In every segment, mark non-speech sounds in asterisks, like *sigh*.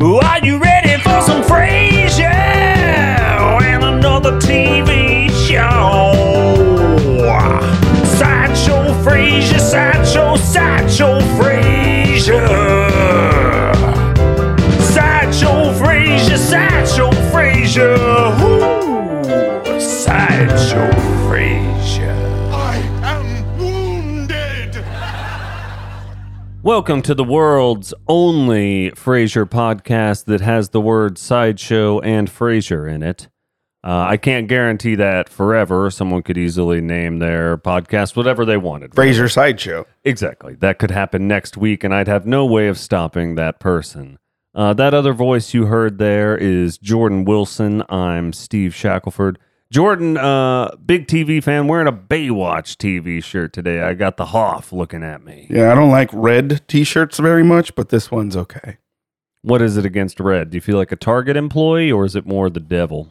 Are you ready for some Frasier and another TV show? Sideshow Frasier, Sideshow, Sideshow Frasier. Sideshow Frasier, Sideshow Frasier. Ooh, Sideshow Frasier. I am wounded. Welcome to the world's only Frasier podcast that has the word sideshow and Frasier in it. Uh, I can't guarantee that forever. Someone could easily name their podcast whatever they wanted. Fraser sideshow. Exactly. That could happen next week, and I'd have no way of stopping that person. Uh, that other voice you heard there is Jordan Wilson. I'm Steve Shackelford. Jordan, uh, big TV fan, wearing a Baywatch TV shirt today. I got the Hoff looking at me. Yeah, I don't like red T-shirts very much, but this one's okay. What is it against red? Do you feel like a Target employee or is it more the *laughs* devil?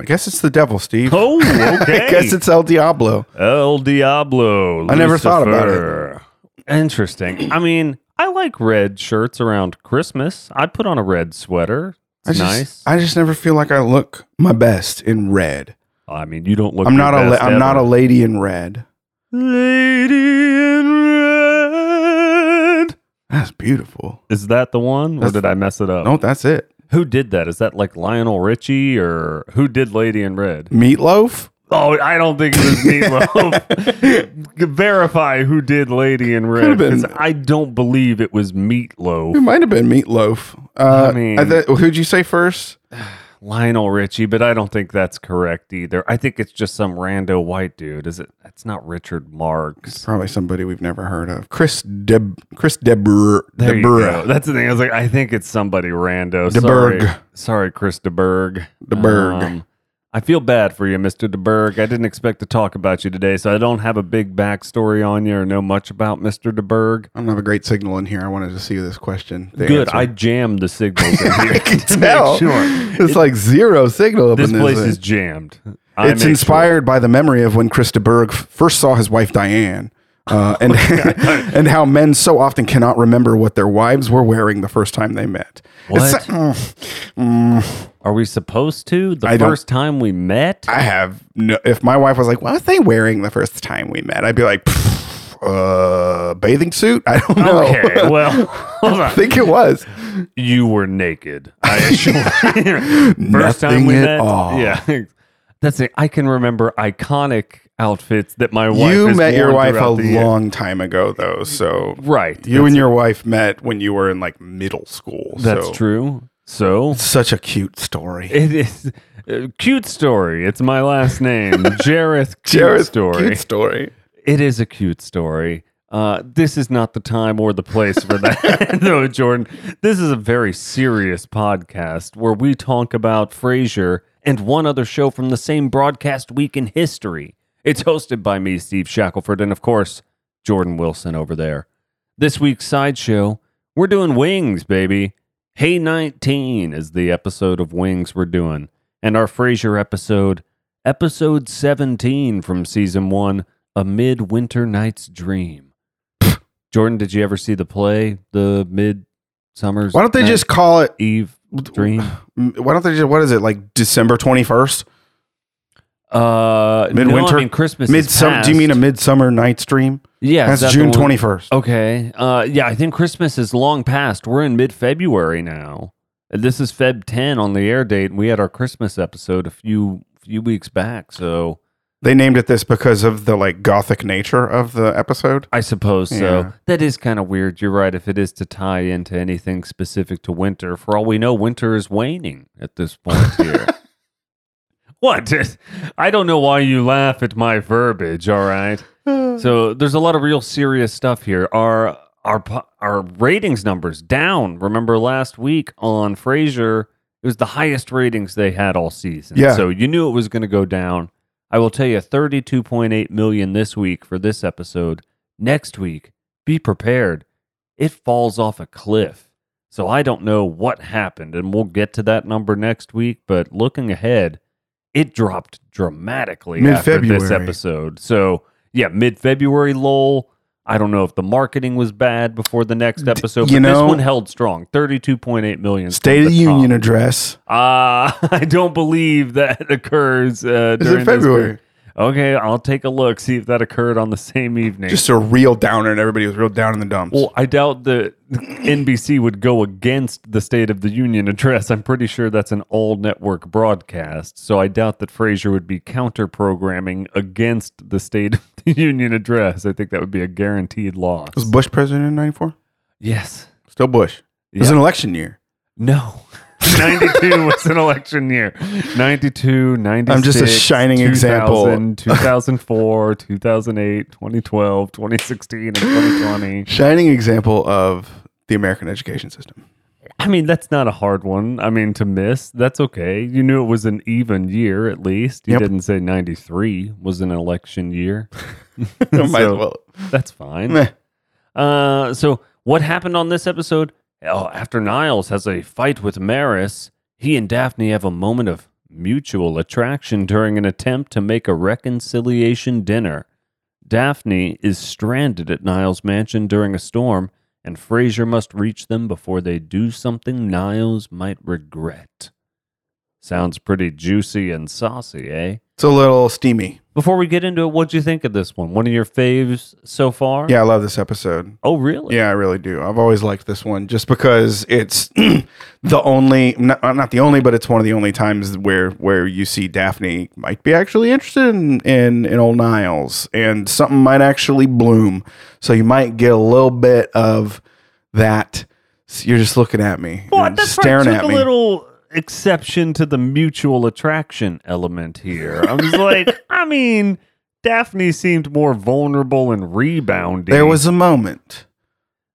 I guess it's the devil, Steve. Oh, *laughs* okay. I guess it's El Diablo. El Diablo. I never thought about it. Lucifer. Interesting. I mean, I like red shirts around Christmas. I put on a red sweater. I It's just, nice. I, I just never feel like I look my best in red. mean, you don't look. I'm your not a best la- I'm not a ever. lady in red. lady in red. That's beautiful. Is that the one, or That's- did I mess it up? No, that's it. Who did that? Is that like Lionel Richie, or who did Lady in Red? Meatloaf. Oh, I don't think it was *laughs* Meatloaf. Verify who did Lady in Red Could've been- because I don't believe it was It Meatloaf, might have been Meatloaf. Uh, I mean- I th- who'd you say first? Lionel Richie, but I don't think that's correct either. I think it's just some rando white dude. Is it? That's not Richard Marks. Probably somebody we've never heard of. Chris Deb Chris Debr There you go. Debra That's the thing. I was like, I think it's somebody rando. DeBerg. Sorry, Sorry Chris DeBerg. DeBerg. I feel bad for you, Mr. DeBerg. I didn't expect to talk about you today, so I don't have a big backstory on you or know much about Mr. DeBerg. I don't have a great signal in here. I wanted to see this question. the Good. answer. I jammed the signals *laughs* in here. I can to make tell. Sure. It's like zero signal up This in this. place thing. is jammed. I it's make inspired by the memory of when Christa Berg f- first saw his wife Diane, *laughs* uh, and *laughs* and how men so often cannot remember what their wives were wearing the first time they met. It's- What? mm, mm, sure. Are we supposed to? The I don't- first time we met? I have no. If my wife was like, "What was they wearing the first time we met?" I'd be like, "Pff, "Uh, bathing suit." *laughs* I don't know. Okay. Well, hold *laughs* I on. think it was. You were naked. I *laughs* assure you. First time Nothing we at met. all. Yeah. That's it. I can remember iconic outfits that my wife. you has met your worn wife a throughout the year. long time ago, though. So Right. you that's, and your wife met when you were in like middle school. That's so. true. So Such a cute story. it is uh, cute story. It's my last *laughs* name, Jareth. Cute Jared's story. Cute story. It is a cute story. Uh, this is not the time or the place for that, *laughs* though, Jordan. This is a very serious podcast where we talk about Frasier and one other show from the same broadcast week in history. It's hosted by me, Steve Shackelford, and of course, Jordan Wilson over there. This week's sideshow, we're doing Wings, baby. Hey 19 is the episode of Wings we're doing. And our Frasier episode, episode 17 from season one, A Midwinter Night's Dream. *laughs* Jordan, did you ever see the play, The Midsummer's Why don't they Night just call it? Eve Dream? Why don't they just? What is it like? December twenty first. *sighs* Uh, No, Midwinter? I mean, Christmas. is Midsummer. Do you mean a midsummer night's dream? Yeah, is That's that the June one- twenty first. Okay. Uh, yeah, I think Christmas is long past. We're in mid February now. This is Feb 10 on the air date. We had our Christmas episode a few few weeks back, so They named it this because of the like gothic nature of the episode. I suppose Yeah. so. That is kind of weird. You're right. If it is to tie into anything specific to winter, for all we know, winter is waning at this point here. what? *laughs* I don't know why you laugh at my verbiage. All right. Mm. So there's a lot of real serious stuff here. Our our po- our ratings numbers down. Remember last week on Frasier, it was the highest ratings they had all season. Yeah. So you knew it was going to go down. I will tell you, 32.8 million this week for this episode. Next week, be prepared. It falls off a cliff. So I don't know what happened, and we'll get to that number next week. But looking ahead, it dropped dramatically after this Mid-February. episode. So yeah, mid February lull. I don't know if the marketing was bad before the next episode, you but this know- one held strong. 32.8 million. State of the from top. Union address. Uh, *laughs* I don't believe that *laughs* occurs uh, during It's in this February. period. Okay, I'll take a look, see if that occurred on the same evening. Just a real downer, and everybody was real down in the dumps. well, I doubt *laughs* that NBC would go against the State of the Union address. I'm pretty sure that's an all network broadcast, so I doubt that Fraser would be counter programming against the State of the *laughs* Union address. I think that would be a guaranteed loss. was Bush president in '94? Yes. Still Bush. It was Yeah. an election year. No. 92 *laughs* was an election year. 92, 96. I'm just a shining 2000, example. 2004, 2008, 2012, 2016, and 2020. Shining example of the American education system. *laughs* I mean, that's not a hard one. I mean, to miss, that's okay. You knew it was an even year at least. You Yep. didn't say 93 was an election *laughs* year. Might as So, well. *laughs* That's fine. Meh. Uh, so what happened on this episode? Oh, after Niles has a fight with Maris, he and Daphne have a moment of mutual attraction during an attempt to make a reconciliation dinner. Daphne is stranded at Niles' mansion during a storm, and Fraser must reach them before they do something Niles might regret. Sounds pretty juicy and saucy, eh? It's a little steamy. Before we get into it, what'd you think of this one? One of your faves so far? Yeah, I love this episode. Oh, really? Yeah, I really do. I've always liked this one just because it's *clears throat* the only not, uh, not the only, but it's one of the only times where where you see Daphne might be actually interested in in, in old Niles and something might actually bloom. So you might get a little bit of that. You're just looking at me, Well, You're that's staring right. at Took me. a little exception to the mutual attraction element here. I *laughs* was like, I mean, Daphne seemed more vulnerable and rebounding. there was a moment.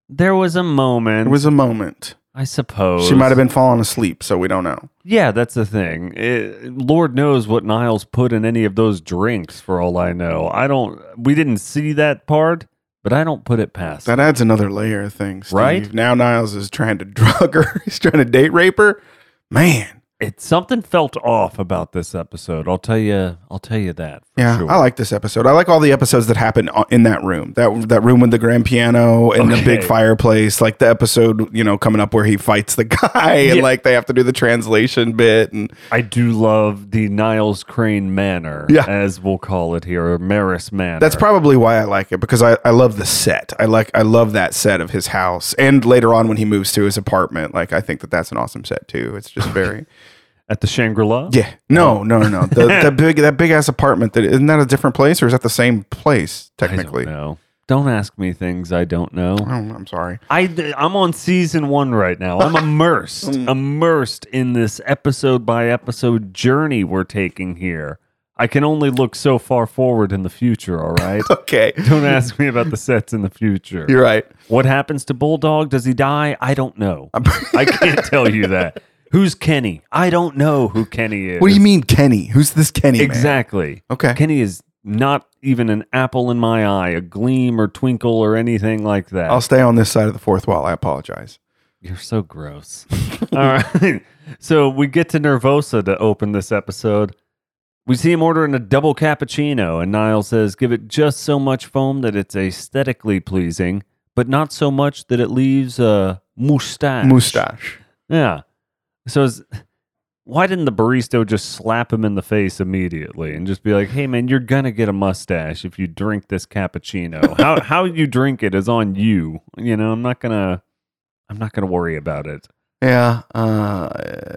there was a moment. There was a moment. I suppose She might have been falling asleep, so we don't know. Yeah, that's the thing. It- Lord knows what Niles put in any of those drinks. For all I know, I don't. We didn't see that part, but I don't put it past. That adds another layer of things, Steve. Right? Now Niles is trying to *laughs* drug her. He's trying to date rape her. Man, it something felt off about this episode. I'll tell you. I'll tell you that. For yeah, sure. I like this episode. I like all the episodes that happen o- in that room. That that room with the grand piano and the big Okay. fireplace. Like the episode, you know, coming up where he fights the *laughs* guy and Yeah. like they have to do the translation bit. And I do love the Niles Crane Manor, Yeah. as we'll call it here, or Maris Manor. that's probably why I like it because I, I love the set. I like I love that set of his house. And later on when he moves to his apartment, like I think that that's an awesome set too. It's just very. at the Shangri La. Yeah. Oh. No, no, no, no. *laughs* The, that big that big ass apartment that isn't that a different place or is that the same place technically? I don't know. Don't ask me things I don't know. Oh, I'm sorry. *laughs* I, I'm on season one right now. *laughs* I'm immersed, Mm. immersed in this episode by episode journey we're taking here. I can only look so far forward in the future, all *laughs* right? Okay. don't ask me about the sets in the future. You're right. What happens to Bulldog? Does he die? I don't know. I *laughs* can't tell you that. Who's Kenny? I don't know who Kenny is. What do you mean, Kenny? Who's this Kenny? man? Exactly. Okay. Kenny is not even an apple in my eye, a gleam or twinkle or anything like that. I'll stay on this side of the fourth wall. I apologize. You're so gross. *laughs* All right. So we get to Nervosa to open this episode. We see him ordering a double cappuccino, and Niall says, give it just so much foam that it's aesthetically pleasing, but not so much that it leaves a mustache. Mustache. Yeah. So is, why didn't the barista just slap him in the face immediately and just be like, "Hey man, you're going to get a mustache if you drink this cappuccino. *laughs* how how you drink it is on you. You know, I'm not going to I'm not going to worry about it." Yeah. Uh,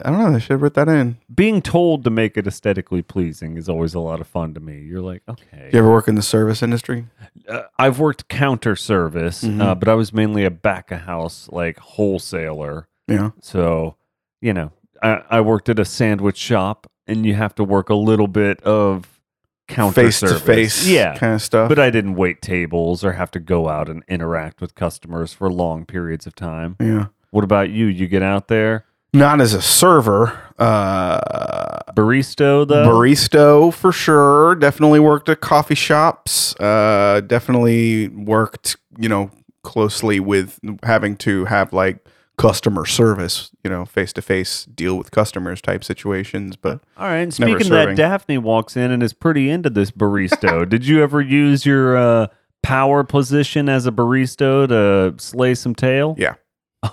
I don't know. They should have written that in. Being told to make it aesthetically pleasing is always a lot of fun to me. You're like, "Okay." You ever work in the service industry? uh, I've worked counter service, uh, Mhm. but I was mainly a back of house like wholesaler. Yeah. So, you know, I, I worked at a sandwich shop, and you have to work a little bit of counter Face service. to face. yeah. Kind of stuff. But I didn't wait tables or have to go out and interact with customers for long periods of time. yeah. What about you? You get out there, Not as a server. Uh, barista though. Baristo for sure. Definitely worked at coffee shops. Uh, definitely worked, you know, closely with having to have like customer service, you know, face to face deal with customers type situations. But All right. And Never speaking of that, serving. *laughs* Daphne walks in and is pretty into this barista. Did you ever use your uh, power position as a barista to slay some tail? Yeah. *laughs*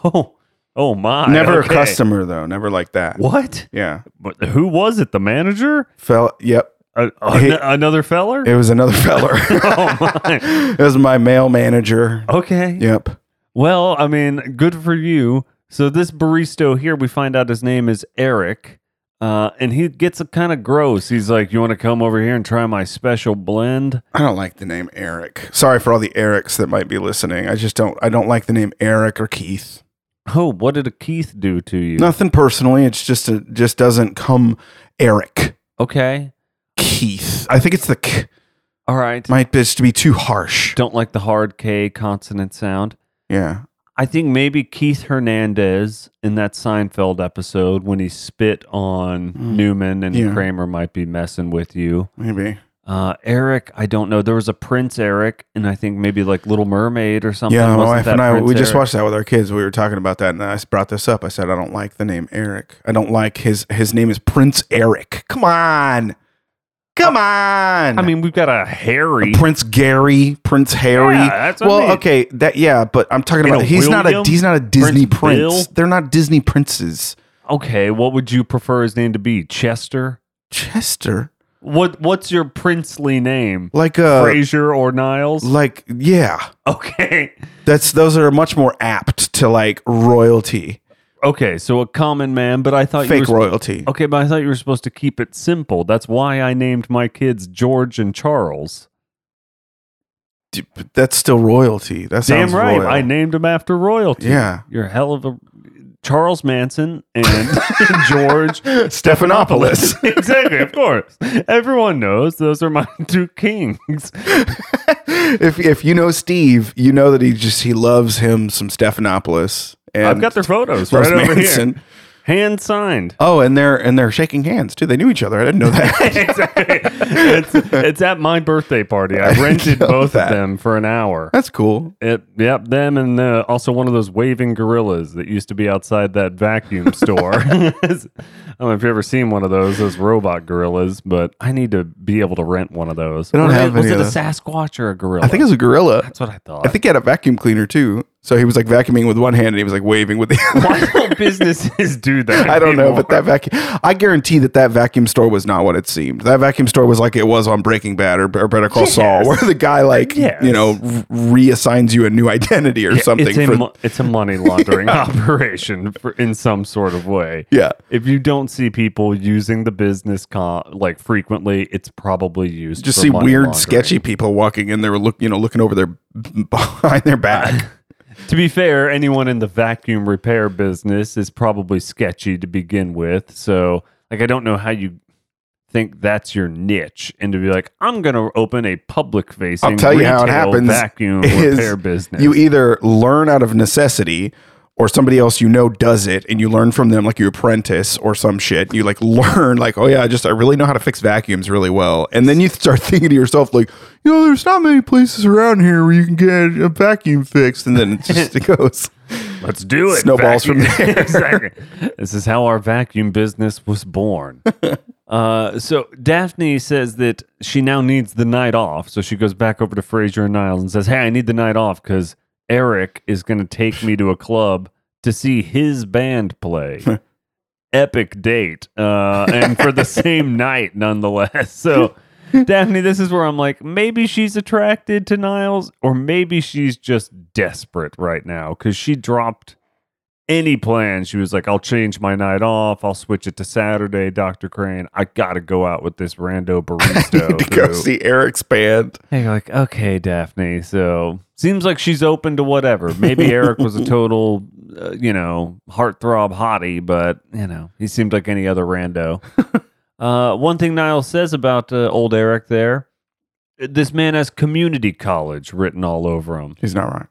Oh, oh my. Never okay. a customer though. Never like that. What? Yeah. But who was it? The manager? Fell. Yep. A, a- Hey. another feller? It was another *laughs* *laughs* feller. oh my. Oh. it was my male manager. Okay. Yep. Well, I mean, good for you. So this barista here, we find out his name is Eric, uh, and he gets kind of gross. He's like, "You want to come over here and try my special blend?" I don't like the name Eric. Sorry for all the Erics that might be listening. I just don't. I don't like the name Eric or Keith. Oh, what did a Keith do to you? Nothing personally. It's just a just doesn't come Eric Okay, Keith. I think it's the k all right. might be to be too harsh. Don't like the hard K consonant sound. Yeah. I think maybe Keith Hernandez in that Seinfeld episode when he spit on Mm. Newman and Yeah. Kramer might be messing with you. Maybe. Uh, Eric, I don't know. There was a Prince Eric, and I think maybe like Little Mermaid or something. yeah, my Wasn't wife that and I, Prince we just Eric? watched that with our kids. We were talking about that, and I s- brought this up. I said, I don't like the name Eric. I don't like his his name is Prince Eric. Come on, come on. I mean, we've got a hairy. Prince Gary, Prince Harry. Yeah, that's what I well, mean. okay, that yeah, but I'm talking You about know, he's William, not a he's not a Disney Prince prince. Bill. They're not Disney princes. Okay, what would you prefer his name to be? Chester. Chester, What What's your princely name? like uh, a Fraser or Niles? like yeah, okay. that's those are much more apt to like royalty, Okay, so a common man, but I thought you Oh. were fake sp- royalty. Okay, but I thought you were supposed to keep it simple. That's why I named my kids George and Charles. D- but That's still royalty. That sounds Damn right, royal. I named them after royalty. *laughs* Yeah. You're a hell of a Charles Manson and *laughs* George Stephanopoulos. exactly, of course. Everyone knows those are my *laughs* two kings. *laughs* if if you know Steve, you know that he just he loves him some Stephanopoulos. And I've *laughs* got their photos loves right over Manson. here. Hand signed. *laughs* Oh, and they're and they're shaking hands too. They knew each other. I didn't know that. it's, it's at my birthday party. *laughs* I rented know both that. of them for an hour. That's cool. It, yep, them and uh, also one of those waving gorillas that used to be outside that *laughs* vacuum store. I don't know if you've ever seen one of those, those robot gorillas, but I need to be able to rent one of those. They don't Or have was any it a of those. Sasquatch or a gorilla? I think it was a gorilla. that's what I thought. I think he had a vacuum cleaner too. So he was like vacuuming with one hand and he was like waving with the *laughs* *laughs* other. Why don't businesses do that? I don't know, anymore? but that vacuum. I guarantee that that vacuum store was not what it seemed. That vacuum store was like it was on Breaking Bad or, or Better Call Saul, Yes. where the guy like Yes. you know r- reassigns you a new identity or something. It's a, for- mo- it's a money *laughs* laundering operation for, in some sort of way. yeah. If you don't see people using the business co- like frequently, it's probably used. just for see money weird laundering. sketchy people walking in there look you know looking over their *laughs* behind their back To be fair, anyone in the vacuum repair business is probably sketchy to begin with. So, like, I don't know how you think that's your niche and to be like, I'm going to open a public facing I'll tell you how it retail happens vacuum *laughs* is repair business. you either learn out of necessity or somebody else you know does it and you learn from them like you apprentice or some shit you like *laughs* learn like oh yeah i just i really know how to fix vacuums really well and then you start *laughs* thinking to yourself like you know there's not many places around here where you can get a vacuum fixed and then *laughs* it just it goes Let's do it. Snowballs from *laughs* Vacuum- there. exactly. This is how our vacuum business was *laughs* born. uh, so Daphne says that she now needs the night off. So she goes back over to Fraser and Niles and says, "Hey, I need the night off because Eric is going to take me to a club to see his band *laughs* play." Epic date, uh, and for *laughs* the same night, nonetheless. *laughs* So. Daphne, this is where I'm like, maybe she's attracted to Niles, or maybe she's just desperate right now because she dropped any plan. She was like, I'll change my night off. I'll switch it to Saturday, Dr. Crane. I got to go out with this *laughs* rando barista. to go who-" see eric's band And you're like, okay, Daphne. So seems like she's open to whatever. *laughs* Maybe Eric was a total, uh, you know, heartthrob hottie, but, you know, he seemed like any other *laughs* rando. uh, one thing Niall says about uh, old Eric there this man has community college written all over him. he's not wrong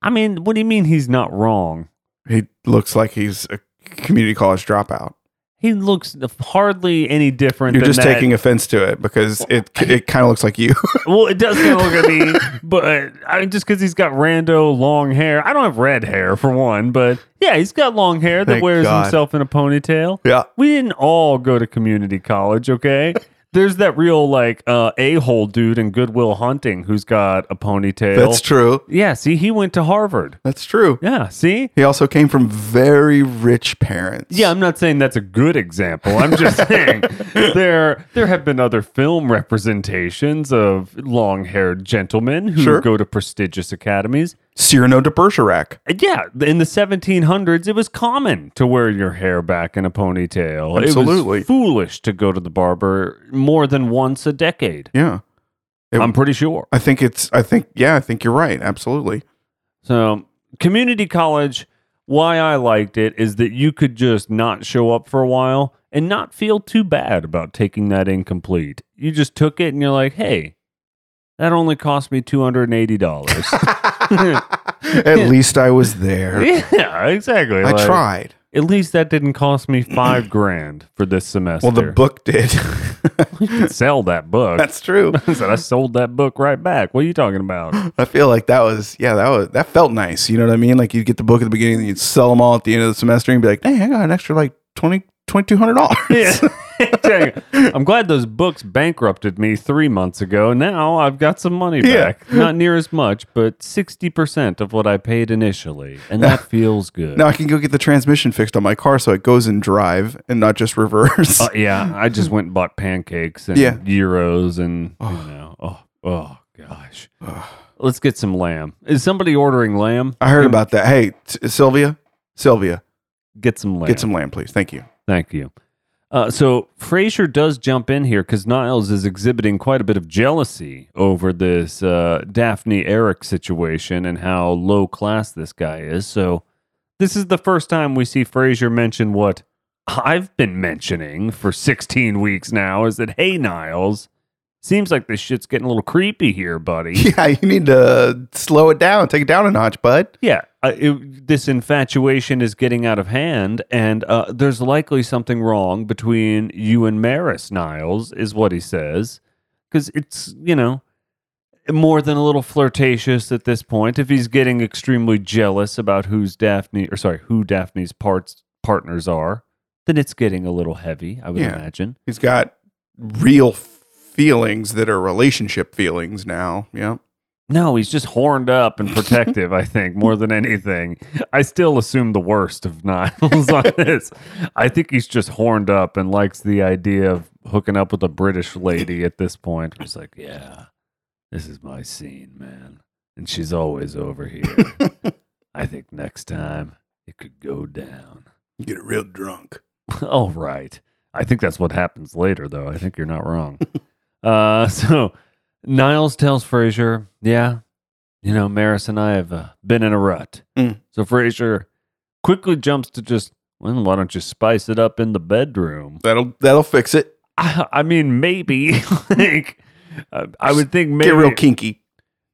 I mean, what do you mean he's not wrong? he looks like he's a community college dropout He looks hardly any different. You're than just that. taking offense to it because *laughs* it it kind of looks like you. *laughs* Well, it does kind of look at me, but I mean, just because he's got rando long hair. I don't have red hair for one, but yeah, he's got long hair that Thank wears God. himself in a ponytail. yeah. *laughs* We didn't all go to community college, okay? There's that real like uh, a hole dude in Goodwill Hunting who's got a ponytail. That's true. Yeah, see, he went to Harvard. That's true. Yeah, see. He also came from very rich parents. Yeah, I'm not saying that's a good example. I'm just *laughs* saying there there have been other film representations of long-haired gentlemen who Sure. go to prestigious academies. Cyrano de Bergerac. And Yeah, in the 1700s, it was common to wear your hair back in a ponytail. It Absolutely. was foolish to go to the barber more than once a decade. Yeah. It- I'm pretty sure. I think it's, I think, yeah, I think you're right. Absolutely. So, community college, why I liked it is that you could just not show up for a while and not feel too bad about taking that incomplete. You just took it and you're like, hey, that only cost me *laughs* $280. At least I was there. *laughs* yeah, exactly. I Like, tried. At least that didn't cost me *clears throat* five grand for this semester. Well, the book did. *laughs* *laughs* You could sell that book. That's true. I said, I sold that book right back. What are you talking about? I feel like that was, yeah, that was, that felt nice. You know what I mean? Like you'd get the book at the beginning and you'd sell them all at the end of the semester and be like, dang, I got an extra like 20, $2,200. *laughs* Yeah. I'm glad those books bankrupted me three months ago. Now I've got some money Yeah. back. Not near as much, but 60% of what I paid initially. And *laughs* that feels good. *laughs* Now I can go get the transmission fixed on my car so it goes in drive and not just reverse. Uh, yeah. I just went and bought pancakes and Yeah. Euros and, you know, oh, oh gosh. Let's get some lamb. Is somebody ordering lamb? I heard about that. Hey, t- Sylvia, Sylvia, Get some lamb. get some lamb, please. Thank you. Thank you. Uh, so Frazier does jump in here because Niles is exhibiting quite a bit of jealousy over this uh, Daphne Eric situation and how low class this guy is. So this is the first time we see Frazier mention what I've been mentioning for 16 weeks now is that hey Niles, seems like this shit's getting a little creepy here, buddy. *laughs* Yeah, you need to slow it down, take it down a notch, bud. Yeah, uh, it, this infatuation is getting out of hand, and uh, there's likely something wrong between you and Maris Niles, is what he says. Because it's, you know, more than a little flirtatious at this point. If he's getting extremely jealous about who's Daphne, or sorry, who Daphne's parts partners are, then it's getting a little heavy, I would Yeah. imagine. He's got real feelings that are relationship feelings now. Yeah. No, he's just horned up and protective, I think, more than anything. I still assume the worst of Niles on this. I think he's just horned up and likes the idea of hooking up with a British lady at this point. He's like, yeah, this is my scene, man. And she's always over here. I think next time it could go down. Get real drunk. All Oh, right. I think that's what happens later, though. I think you're not wrong. *laughs* uh, *laughs* so Niles tells Frazier, yeah, you know, Maris and I have uh, been in a rut. Mm. So Frazier quickly jumps to just, well, why don't you spice it up in the bedroom? *laughs* That'll that'll fix it. I, I mean, maybe. *laughs* like, uh, I would think maybe Get real kinky.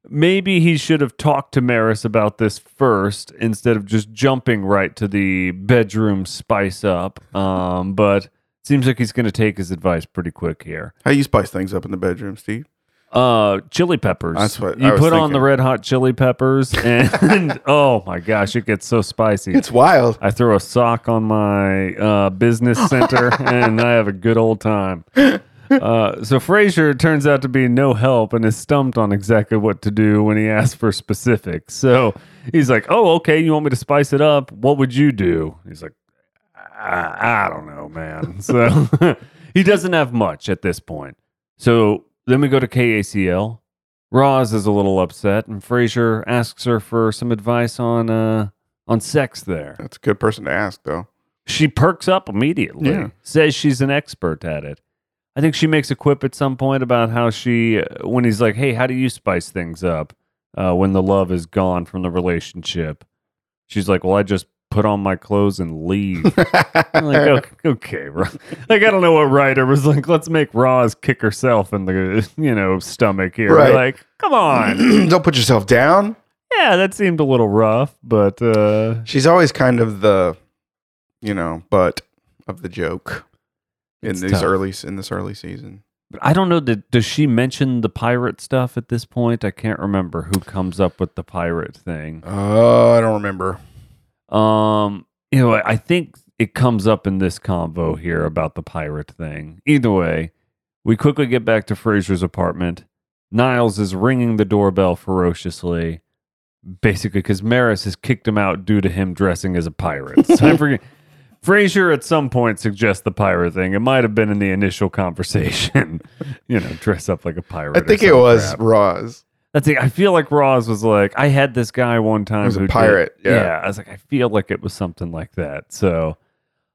maybe he should have talked to Maris about this first instead of just jumping right to the bedroom spice up. Um, but seems like he's going to take his advice pretty quick here. How you spice things up in the bedroom, Steve? Uh, chili peppers. That's what you I was put on the thinking. red hot chili peppers, *laughs* and oh my gosh, it gets so spicy. It's wild. I throw a sock on my uh, business center and I have a good old time. Uh, so Frazier turns out to be no help and is stumped on exactly what to do when he asks for specifics. So he's like, "Oh, okay, you want me to spice it up? What would you do?" He's like, "I, I don't know, man." So *laughs* he doesn't have much at this point. So then we go to KACL. Roz is a little upset, and Frazier asks her for some advice on uh, on sex there. That's a good person to ask though. *laughs* She perks up immediately. Yeah. Says she's an expert at it. I think she makes a quip at some point about how she, uh, when he's like, "Hey, how do you spice things up uh, when the love is gone from the relationship?" She's like, "Well, I just put on my clothes and leave." *laughs* I'm like, okay, okay, Ro- like I don't know what writer was like. Let's make Roz kick herself in the you know stomach here. Right. Like, come *laughs* on. *clears throat* Don't put yourself down. yeah, that seemed a little rough, but uh, She's always kind of the, you know, butt of the joke in It's these tough. early in this early season. But I don't know. Did, does she mention the pirate stuff at this point? I can't remember who comes up with the pirate thing. Oh, I don't remember. Um, you know, I I think it comes up in this convo here about the pirate thing. Either way, We quickly get back to Fraser's apartment. Niles is ringing the doorbell ferociously, basically because Maris has kicked him out due to him dressing as a pirate. So *laughs* I forget. Fraser at some point suggests the pirate thing. It might have been in the initial conversation, *laughs* you know, dress up like a pirate. I or think it some was crap. Roz. That's it. I feel like Roz was like, I had this guy one time was a who did- pirate, yeah. I was like, I feel like it was something like that. So,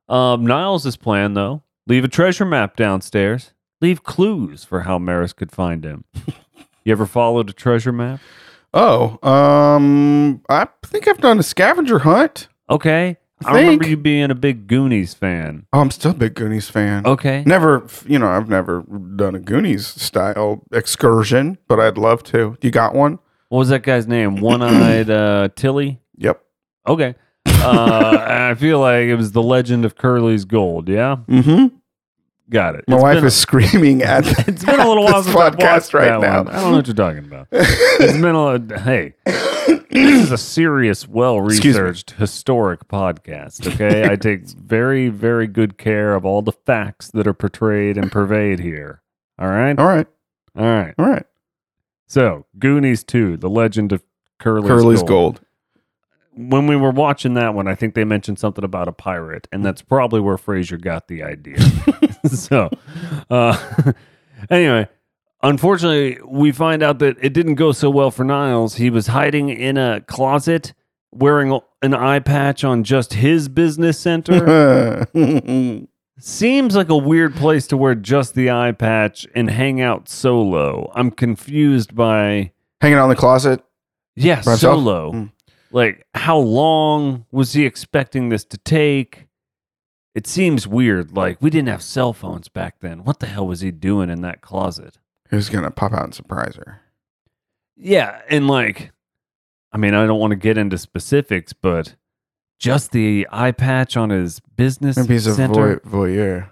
um, Niles' plan though, leave a treasure map downstairs. Leave clues for how Maris could find *laughs* him. you ever followed a treasure map? Oh, um, I think I've done a scavenger hunt. Okay. I I remember think. you being a big Goonies fan. Oh, I'm still a big Goonies fan. Okay. Never, you know, I've never done a Goonies style excursion, but I'd love to. You got one? What was that guy's *clears throat* name? One eyed uh, Tilly? Yep. Okay. *laughs* Uh, and I feel like it was the legend of Curly's Gold. Yeah. Mm-hmm. Got it. My It's wife been a- is screaming at. *laughs* It's been a little while this since I've watched podcast right that now. one. I don't know what you're talking about. It's been a little, hey, this is a serious, well Excuse me. researched historic podcast. Okay, I take very, very good care of all the facts that are portrayed and purveyed here. All right, all all right, right. all right. So, Goonies Two: The Legend of Curly's, Curly's Gold. gold. When we were watching that one, I think they mentioned something about a pirate, and that's probably where Fraser got the idea. so, uh, *laughs* anyway, unfortunately, we find out that it didn't go so well for Niles. He was hiding in a closet wearing an eye patch on just his business *laughs* center. Seems like a weird place to wear just the eye patch and hang out solo. I'm confused by, Hanging out in the closet. yeah, By himself? solo. Mm. Like, how long was he expecting this to take? It seems weird. Like, we didn't have cell phones back then. What the hell was he doing in that closet? Who's gonna pop out and surprise her? Yeah, and like, I mean, I don't want to get into specifics, but just the eye patch on his business Maybe he's a center. voy- voyeur.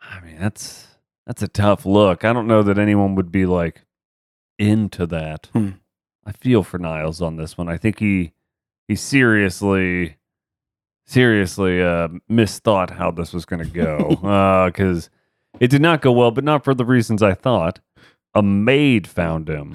I mean, that's that's a tough look. I don't know that anyone would be like into that. Hmm. I feel for Niles on this one. I think he he seriously seriously uh misthought how this was going to *laughs* go Uh 'cause cuz it did not go well, but not for the reasons I thought. A maid found *laughs* him.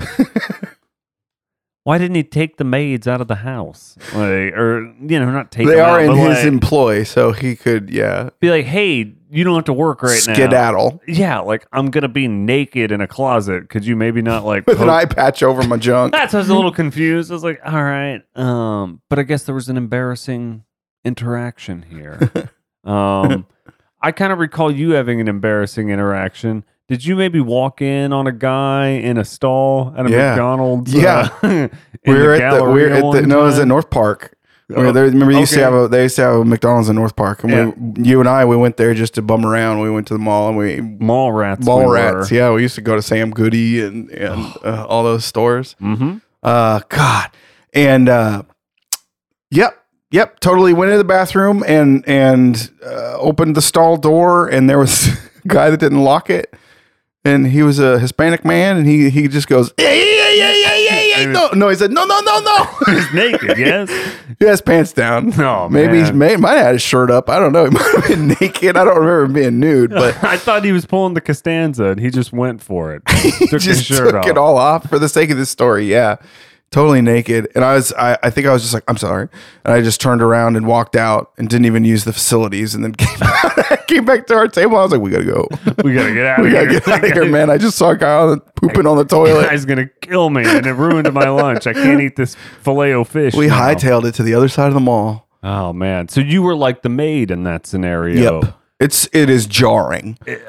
Why didn't he take the maids out of the house? Like, or you know, not take They them are out, in but his like, employ, so he could, yeah, be like, "Hey, you don't have to work right now." skedaddle *laughs* yeah, like I'm gonna be naked in a closet. Could you maybe not like *laughs* with an poke- *laughs* eye patch over my junk. That's I was a little confused. I was like, all right, um, but I guess there was an embarrassing interaction *laughs* here. um, I kind of recall you having an embarrassing interaction. Did you maybe walk in on a guy in a stall at a Yeah. McDonald's? Yeah. uh, *laughs* *laughs* in we were at the, Galleria we were at the one no, it was at time? North Park. We were Oh, there, remember, they used to okay. have a they used to have a McDonald's in North Park, and we, you and I we went there just to bum around. We went to the mall and we mall rats. mall rats. Yeah, we used to go to Sam Goody and and Oh. uh, all those stores. Mm-hmm. Uh, God, and uh, yep, yep, totally went into the bathroom and and uh, opened the stall door, and there was *laughs* a guy that didn't lock it, and he was a Hispanic man, and he he just goes, yeah, yeah, yeah, yeah, yeah, yeah, no, no, he said, no, no, no, *laughs* no. He's naked. Yes. *laughs* He has pants down. Oh, maybe he's man. may, might have had his shirt up. I don't know. He *laughs* might have been naked. I don't remember him *laughs* being nude, but I thought he was pulling the Costanza, and he just went for *laughs* it. took his just shirt took off. it all off for the sake of this story. Yeah, totally naked. And I was, I, I think I was just like, I'm sorry. And I just turned around and walked out and didn't even use the facilities. And then *laughs* came, came back to our table. I was like, we gotta go. *laughs* We gotta get out of *laughs* We here. gotta get out of *laughs* here, man. I just saw a guy on the, pooping on the That *laughs* toilet. guy's gonna kill me, and it ruined my lunch. I can't eat this filet o fish. We now. hightailed it to the other side of the mall. Oh man! So you were like the maid in that scenario. Yep. It's it is jarring. Did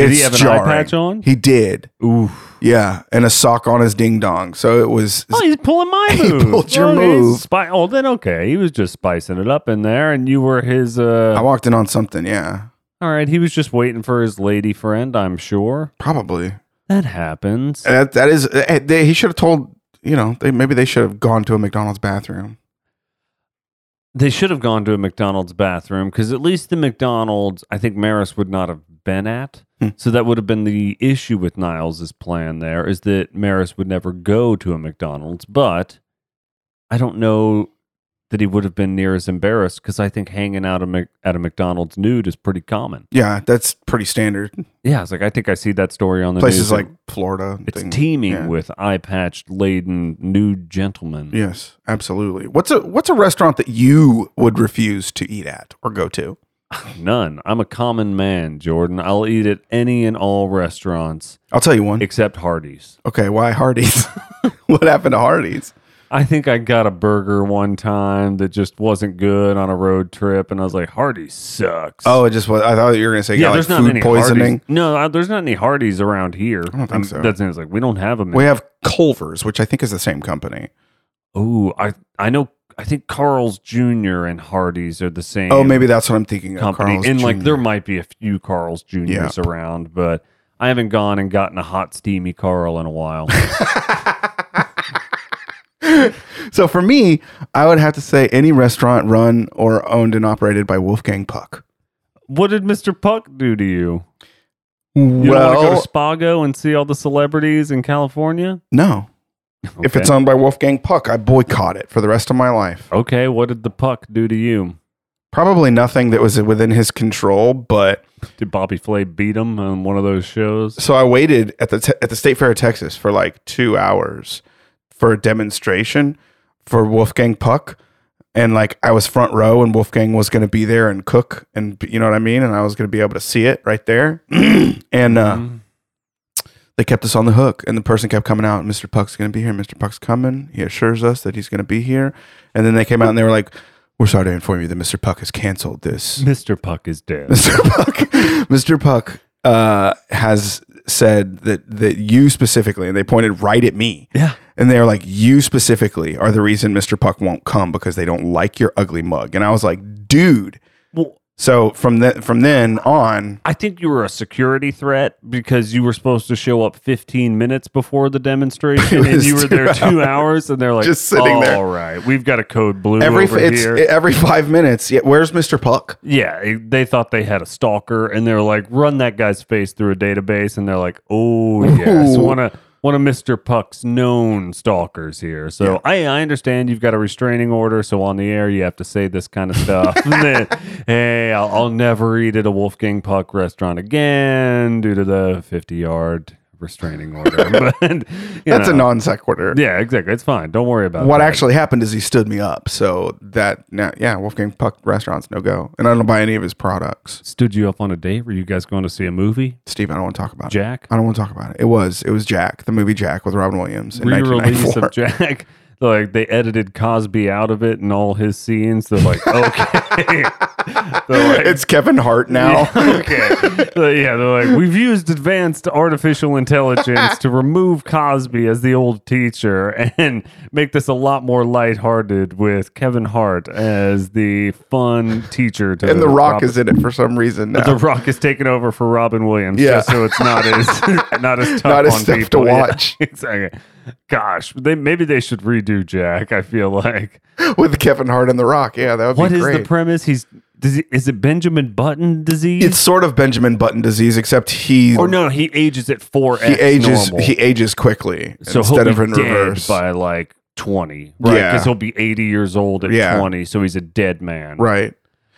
It's he have an jarring. eye patch on? He did. Oof. Yeah, and a sock on his ding dong. So it was Oh, he's pulling my *laughs* He move. pulled your he's move. Spi- oh, then okay. He was just spicing it up in there, and you were his. I uh walked in on something, yeah. All right, he was just waiting for his lady friend. I'm sure Probably. that happens. That that is eh, they, he should have told, you know, they maybe they should have gone to a McDonald's bathroom. They should have gone to a McDonald's bathroom because at least the McDonald's, I think Maris would not have been at. Hmm. So that would have been the issue with Niles' plan there is that Maris would never go to a McDonald's. But I don't know that he would have been near as embarrassed because I think hanging out at Mc- at a McDonald's nude is pretty common. Yeah, that's pretty standard. Yeah, it's like I think I see that story on the Places news. like Florida. and it's things. teeming yeah. with eye patch laden nude gentlemen. Yes, absolutely. What's a what's a restaurant that you would refuse to eat at or go to? None. I'm a common man, Jordan. I'll eat at any and all restaurants I'll tell you one. except Hardee's. Okay, why Hardee's? *laughs* what happened to Hardee's? I think I got a burger one time that just wasn't good on a road trip, and I was like, Hardee's sucks. Oh, it just was. I thought you were going to say you yeah, got, like, there's not food many poisoning. Hardee's. No, I, there's not any Hardee's around here. I don't think so. That's it's like we don't have them. We have Culver's, which I think is the same company. Oh, I I know. I think Carl's Jr. and Hardee's are the same. Oh, maybe that's what I'm thinking of. company. Carl's and like Jr.. there might be a few Carl's Juniors around, but I haven't gone and gotten a hot steamy Carl in a while. *laughs* So for me, I would have to say any restaurant run or owned and operated by Wolfgang Puck. what did Mr. Puck do to you? You don't want to go Well, to Spago and see all the celebrities in California? no. *laughs* If it's Okay. owned by Wolfgang Puck, I boycott it for the rest of my life. okay, what did the Puck do to you? Probably nothing that was within his control, but Did Bobby Flay beat him on one of those shows? so I waited at the te- at the State Fair of Texas for like two hours for a demonstration for Wolfgang Puck, and like I was front row, and Wolfgang was going to be there and cook, and you know what I mean, and I was going to be able to see it right there, *clears throat* and uh, Mhm. they kept us on the hook, and the person kept coming out, Mr. Puck's going to be here, Mr. Puck's coming, he assures us that he's going to be here, and then they came out and they were like, "We're sorry to inform you that Mr. Puck has canceled this." Mr. Puck is dead. Mr. *laughs* Puck, Mr. Puck uh, has said that that you specifically, and they pointed right at me, yeah. and they're like, "You specifically are the reason Mr. Puck won't come because they don't like your ugly mug." And I was like, "Dude." Well, So from that from then on, I think you were a security threat because you were supposed to show up 15 minutes before the *laughs* demonstration It and was you were two there two hours and they're like, Just sitting there. All right, we've got a code blue every over it's e-, here. every five minutes. Yeah, where's Mr. Puck? yeah, it- they thought they had a stalker and they're like, run that guy's face through a database. And they're like, *laughs* oh, yes, Ooh. one of, one of Mr. Puck's known stalkers here. So I, I understand you've got a restraining order. So on the air, you have to say this kind of stuff. *laughs* And then, hey, I'll, I'll never eat at a Wolfgang Puck restaurant again due to the 50 yard restraining order. *laughs* but, you That's know, a non sequitur. Yeah, exactly. It's fine. Don't worry about What that. actually happened is he stood me up. So that now, yeah, Wolfgang Puck restaurants no go, and I don't buy any of his products. stood you up on a date? Were you guys going to see a movie? Steve, I don't want to talk about it. Jack? I don't want to talk about it. It was it was Jack, the movie Jack with Robin Williams in re-release 1994. of Jack. *laughs* Like they edited Cosby out of it and all his scenes. They're like, okay, *laughs* they're like, it's Kevin Hart now. okay, *laughs* They're- yeah. They're like, we've used advanced artificial intelligence to remove Cosby as the old teacher and *laughs* make this a lot more lighthearted with Kevin Hart as the fun teacher. To *laughs* and The Rock Robin- is in it for some reason now. The Rock is taking over for Robin Williams, Yeah. just so it's not *laughs* as not as tough Not as on tough to people. Yeah, watch. *laughs* *laughs* exactly. Gosh, they maybe they should redo Jack. I feel like With Kevin Hart and The Rock. Yeah, that *laughs* would what be is great. the premise? He's does he, is it Benjamin Button disease? it's sort of Benjamin Button disease, except he or Oh, no, he ages at four. he ages he ages quickly so he'll instead of be in dead reverse. by like twenty, right? Yeah. Because he'll be eighty years old at Yeah. twenty, so he's a dead man, right.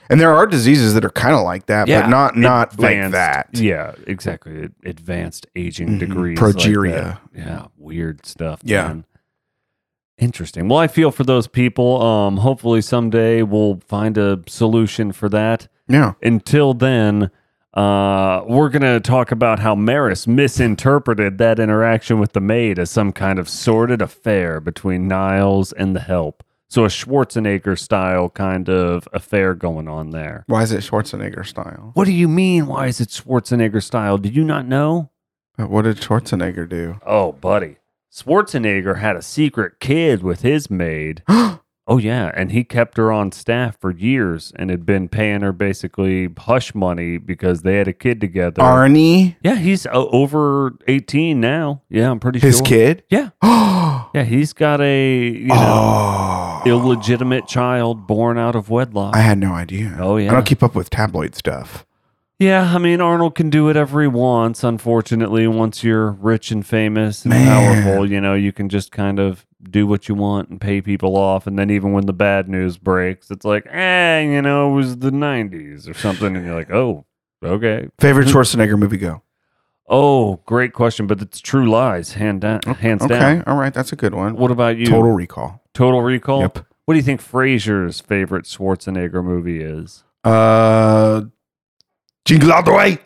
And there are diseases that are kind of like that, Yeah. but not not like Advanced- that. Yeah, exactly. Ad- Advanced aging Mhm. degrees. like that. Progeria. yeah, weird stuff. Yeah. man. Interesting. Well, I feel for those people. Um, hopefully someday we'll find a solution for that. Yeah. Until then, uh, we're gonna talk about how Maris misinterpreted that interaction with the maid as some kind of sordid affair between Niles and the help. So a Schwarzenegger style kind of affair going on there. Why is it Schwarzenegger style? What do you mean? Why is it Schwarzenegger style? Did you not know? Uh, What did Schwarzenegger do? Oh, buddy. Schwarzenegger had a secret kid with his *gasps* maid. oh, yeah. And he kept her on staff for years and had been paying her basically hush money because they had a kid together. Arnie, yeah, he's uh, over 18 now. Yeah, I'm pretty his sure. kid. Yeah. *gasps* *gasps* oh. Yeah, he's got a, you know, Oh. illegitimate child born out of wedlock. I had no idea. Oh, yeah. I don't keep up with tabloid stuff. Yeah, I mean Arnold can do whatever he wants. Unfortunately, once you're rich and famous and Man. powerful, you know you can just kind of do what you want and pay people off. And then even when the bad news breaks, it's like, eh, you know, it was the 90s or something. And you're like, oh, okay. Favorite Schwarzenegger movie go? Oh, great question. But it's true lies, hand down, hands Oh, Okay, down. all right, that's a good one. What about you? Total Recall. Total Recall? Yep. What do you think Frasier's favorite Schwarzenegger movie is? Uh, Jingle All the Way.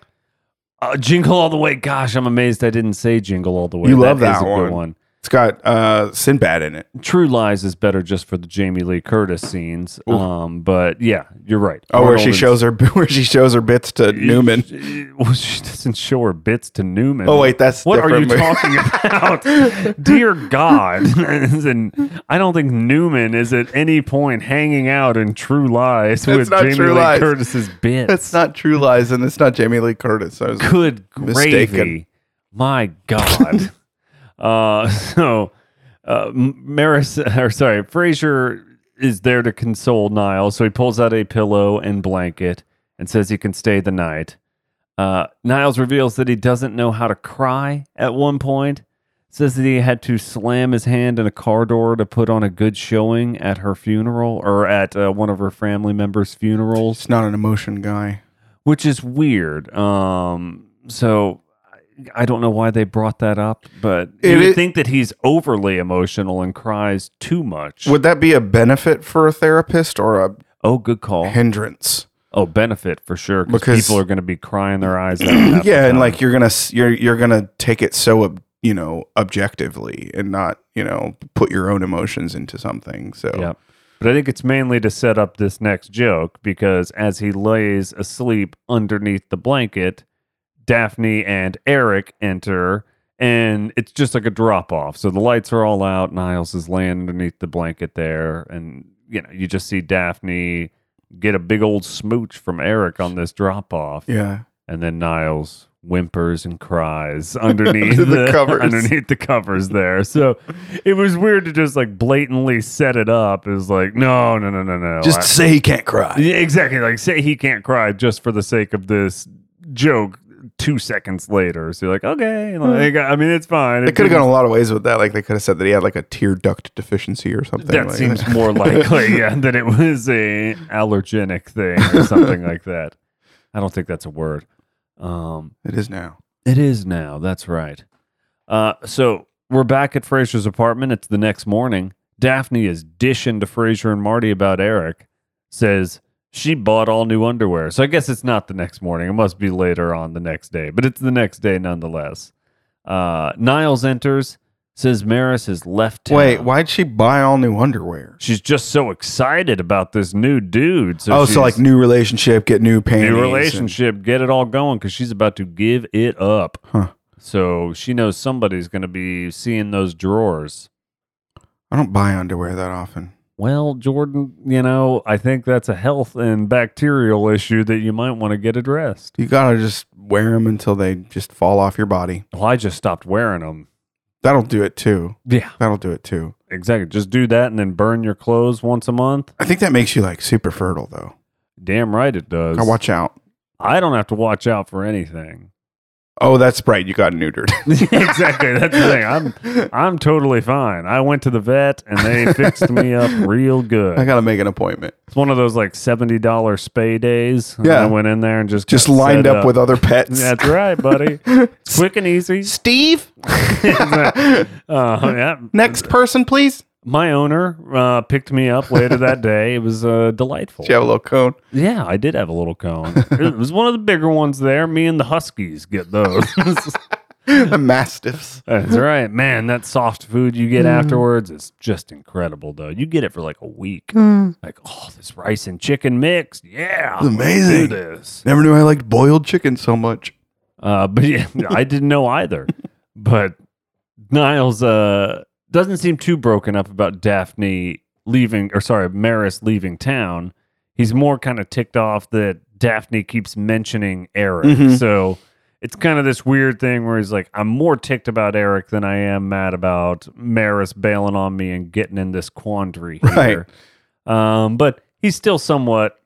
Uh, Jingle All the Way. Gosh, I'm amazed I didn't say Jingle All the Way. You love is that a good one. It's got uh, Sinbad in it. True Lies is better just for the Jamie Lee Curtis scenes. Oof. Um, but yeah, you're right. Oh, where Arnold she and- shows her *laughs* where she shows her bits to Newman. *laughs* Well, she doesn't show her bits to Newman. Oh wait, that's What are you different movie. *laughs* talking about? Dear God. and I don't think Newman is at any point hanging out in True Lies That's with not Jamie True Lee Lies. Curtis's bits. That's not True Lies, and it's not Jamie Lee Curtis. I was, good Mistaken. gravy. My *laughs* God. uh, so, uh, M- Maris, *laughs* or sorry, Fraser is there to console Niles. So he pulls out a pillow and blanket and says he can stay the night. Uh, Niles reveals that he doesn't know how to cry at one point. Says that he had to slam his hand in a car door to put on a good showing at her funeral or at uh, one of her family members' funerals it's not an emotion guy. which is weird. Um, so I- I don't know why they brought that up, but It you would i- think that he's overly emotional and cries too much. Would that be a benefit for a therapist or a oh, good call. hindrance? Oh, benefit for sure because Because- people are going to be crying their eyes out. half the *clears throat* yeah, and time. like you're gonna s- you're you're gonna take it so ob- you know objectively and not you know put your own emotions into something. So Yep. But I think it's mainly to set up this next joke because as he lays asleep underneath the blanket, Daphne and Eric enter and it's just like a drop off. So the lights are all out. Niles is laying underneath the blanket there. And, you know, you just see Daphne get a big old smooch from Eric on this drop off. yeah, And then Niles whimpers and *laughs* cries underneath Under the, *laughs* the covers. underneath the covers there. So it was weird to just like blatantly set it up as like, no, no, no, no, no. just Oh, I- say he can't cry. Yeah, exactly. Like say he can't cry just for the sake of this joke two seconds later. So you're like, okay. Like, I mean, it's fine. Hmm. They It could have didn't- gone a lot of ways with that. Like they could have said that he had like a tear duct deficiency or something. That like *laughs* seems more likely, yeah, that it was a allergenic thing or *laughs* something like that. I don't think that's a word. Um, It is now. It is now. That's right. Uh, so we're back at Fraser's apartment. It's the next morning. Daphne is dishing to Fraser and Marty about Eric. Says she bought all new underwear. So I guess it's not the next morning. It must be later on the next day, but it's the next day nonetheless. Uh, Niles enters. Says Maris has left. Town. Wait, why'd she buy all new underwear? She's just so excited about this new dude. So oh, so like she's- new relationship, get new panties. new and- relationship, get it all going because she's about to give it up. Huh. So she knows somebody's going to be seeing those drawers. I don't buy underwear that often. Well, Jordan, you know, I think that's a health and bacterial issue that you might want to get addressed. You gotta just wear them until they just fall off your body. Well, I just stopped wearing them. That'll do it too. Yeah, That'll do it too. exactly. Just do that and then burn your clothes once a month. I think that makes you like super fertile though. Damn right it does. Now watch out. I don't have to watch out for *laughs* anything. Oh, that's right. You *laughs* got neutered. exactly. That's the thing. I'm I'm totally fine. I went to the vet and they fixed me up real good. I gotta make an appointment. It's one of those like seventy dollar spay days. And Yeah. I went in there and just Just got lined set up, with other *laughs* pets. That's right, buddy. it's quick and *laughs* easy. Steve, uh, yeah. next person, please. My owner uh, picked me up later that day. It was uh, delightful. Did you have a little cone? Yeah, I did have a little cone. it was one of the bigger ones there. Me and the Huskies get those. *laughs* the mastiffs. That's right. Man, that soft food you Mm. get afterwards is just incredible, though. You get it for like a week. Like, oh, this rice and chicken mix. Yeah. Mm. It's let's amazing. Do this. Never knew I liked boiled chicken so much. Uh, but yeah, I didn't know either. But Niles uh, doesn't seem too broken up about Daphne leaving, or sorry, Maris leaving town. He's more kind of ticked off that Daphne keeps mentioning Eric. Mhm. So it's kind of this weird thing where he's like, I'm more ticked about Eric than I am mad about Maris bailing on me and getting in this quandary here. Um, but he's still somewhat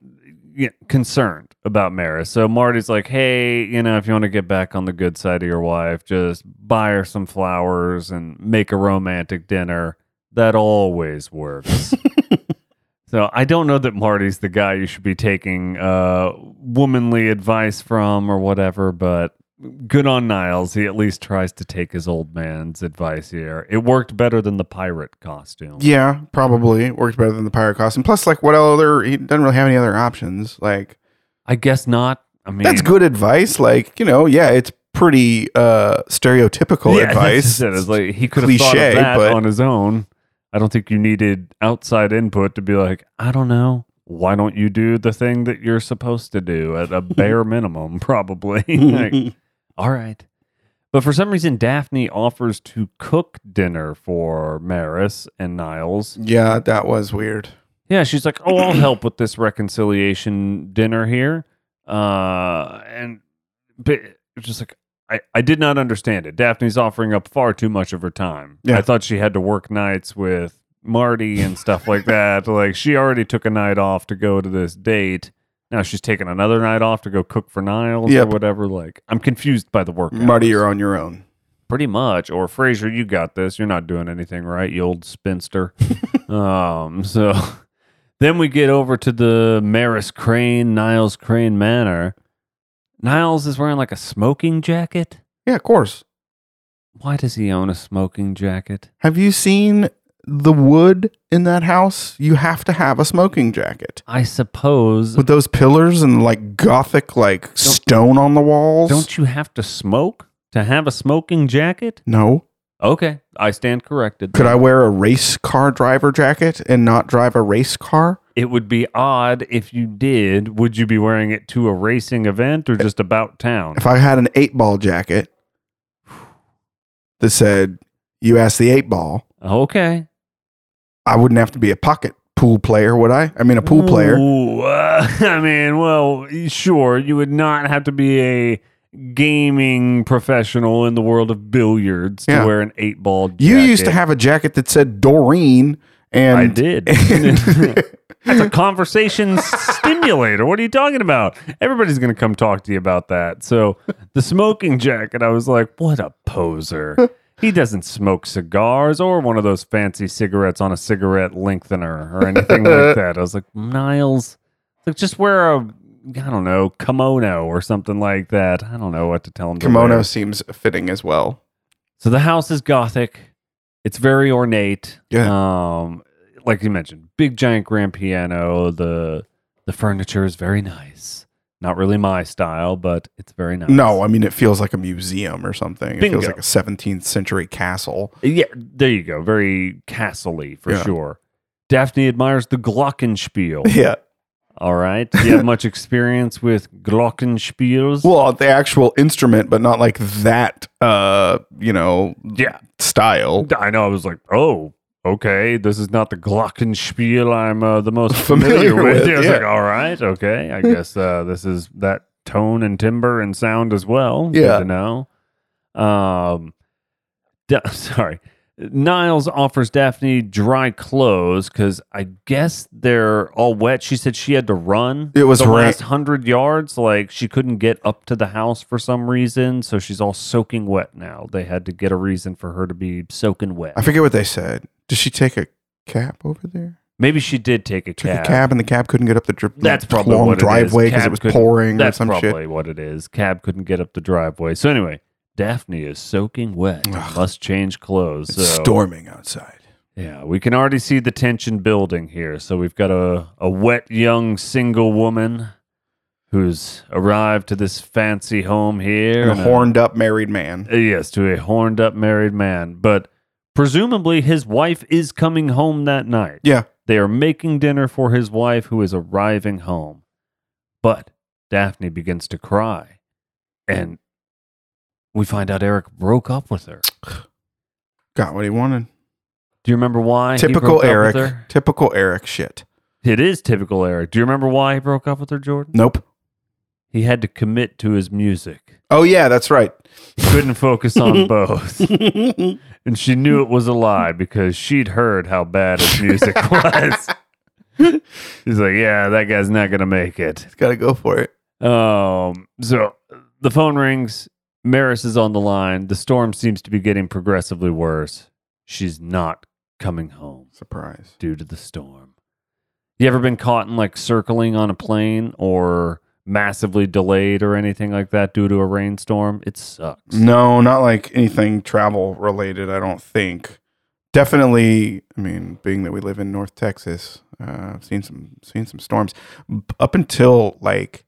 you know, concerned about Maris. So Marty's like, hey, you know, if you want to get back on the good side of your wife, just buy her some flowers and make a romantic dinner. That always works. so I don't know that Marty's the guy you should be taking uh, womanly advice from or whatever, but good on Niles. He at least tries to take his old man's advice here. It worked better than the pirate costume. Yeah, probably works better than the pirate costume. Plus, like, what other? He doesn't really have any other options. Like, I guess not. I mean, that's good advice. Like, you know, yeah, it's pretty uh stereotypical Yeah, *laughs* that's advice. just it. It's like he could have thought of Cliche, that but- on his own. I don't think you needed outside input to be like, I don't know. Why don't you do the thing that you're supposed to do at *laughs* a bare minimum, probably? *laughs* Like, all right. But for some reason, Daphne offers to cook dinner for Maris and Niles. yeah, that was weird. Yeah, she's like, "Oh, I'll help with this reconciliation dinner here," uh, and but it's just like I, I did not understand it. Daphne's offering up far too much of her time. Yeah. I thought she had to work nights with Marty and stuff *laughs* like that. Like she already took a night off to go to this date. Now she's taking another night off to go cook for Niles Yep. or whatever. Like I'm confused by the work. Marty, hours. you're on your own. Pretty much. Or Fraser, you got this. You're not doing anything right, you old *laughs* spinster. um, so *laughs* then we get over to the Maris Crane, Niles Crane Manor. Niles is wearing like a smoking jacket. Yeah, of course. Why does he own a smoking jacket? Have you seen the wood in that house? You have to have a smoking jacket I suppose. with those pillars and like gothic like stone on the walls. Don't you have to smoke to have a smoking jacket? no. Okay, I stand corrected. Could then. I wear a race car driver jacket and not drive a race car? It would be odd if you did. Would you be wearing it to a racing event or just about town? If I had an eight ball jacket that said, You asked the eight ball, Okay. I wouldn't have to be a pocket pool player, would I? I mean, a pool player. Ooh, uh, *laughs* I mean, well, sure, you would not have to be a gaming professional in the world of billiards Yeah. to wear an eight ball. You used to have a jacket that said Doreen, and I *laughs* did. That's a conversation stimulator. What are you talking about? Everybody's going to come talk to you about that. So the smoking jacket, I was like, what a poser. He doesn't smoke cigars or one of those fancy cigarettes on a cigarette lengthener or anything *laughs* like that. I was like, Niles, like just wear a, I don't know, kimono or something like that. I don't know what to tell him. to Kimono wear. seems fitting as well. So the house is gothic. It's very ornate. Um, like you mentioned, big giant grand piano. The the furniture is very nice. Not really my style, but it's very nice. No, uh, I mean it feels like a museum or something. It Bingo. feels like a 17th *laughs* century castle. yeah, there you go. Very castle-y for Yeah. sure. Daphne admires the *laughs* Glockenspiel. Yeah. All right, do you have much experience with Glockenspiels? Well, the actual instrument, but not like that. Uh, you know, yeah, style. I know. I was like, oh, okay, this is not the Glockenspiel I'm uh, the *laughs* most Familiar familiar, with. with, I was yeah. like, all right, okay, I guess uh, this is that tone and timbre and sound as well. Good Yeah. to know. Um, Da- *laughs* sorry. Niles offers Daphne dry clothes because I guess they're all wet. She said she had to run. It was the rain- last hundred yards. Like she couldn't get up to the house for some reason, so she's all soaking wet now. They had to get a reason for her to be soaking wet. I forget what they said. Did she take a cab over there? Maybe she did take a Took cab. a cab, and the cab couldn't get up the dri- That's the probably long what it is. driveway because it Cab was couldn't- pouring or That's some probably shit. what it is. Cab couldn't get up the driveway. So anyway, Daphne is soaking wet. and Ugh. Must change clothes. It's so- storming outside. Yeah, we can already see the tension building here. So we've got a, a wet young single woman who's arrived to this fancy home here. And a and a- horned up married man. uh, yes, to a horned up married man. But presumably his wife is coming home that night. Yeah. They are making dinner for his wife who is arriving home. But Daphne begins to cry. And we find out Eric broke up with her. Got what he wanted. Do you remember why? he broke up typical with Eric. her? Typical Eric shit. It is typical Eric. Do you remember why he broke up with her, Jordan? Nope. He had to commit to his music. Oh yeah, *laughs* that's right. He couldn't focus *laughs* on both. and she knew it was a lie because she'd heard how bad his *laughs* music was. He's like, yeah, that guy's not going to make it. Got to go for it. Um, so the phone rings. Maris is on the line. The storm seems to be getting progressively worse. She's not coming home Surprise. due to the storm. You ever been caught in like circling on a plane or massively delayed or anything like that due to a rainstorm? It sucks. No, not like anything travel related, I don't think. Definitely, I mean, being that we live in North Texas, uh, I've seen some seen some storms B- up until like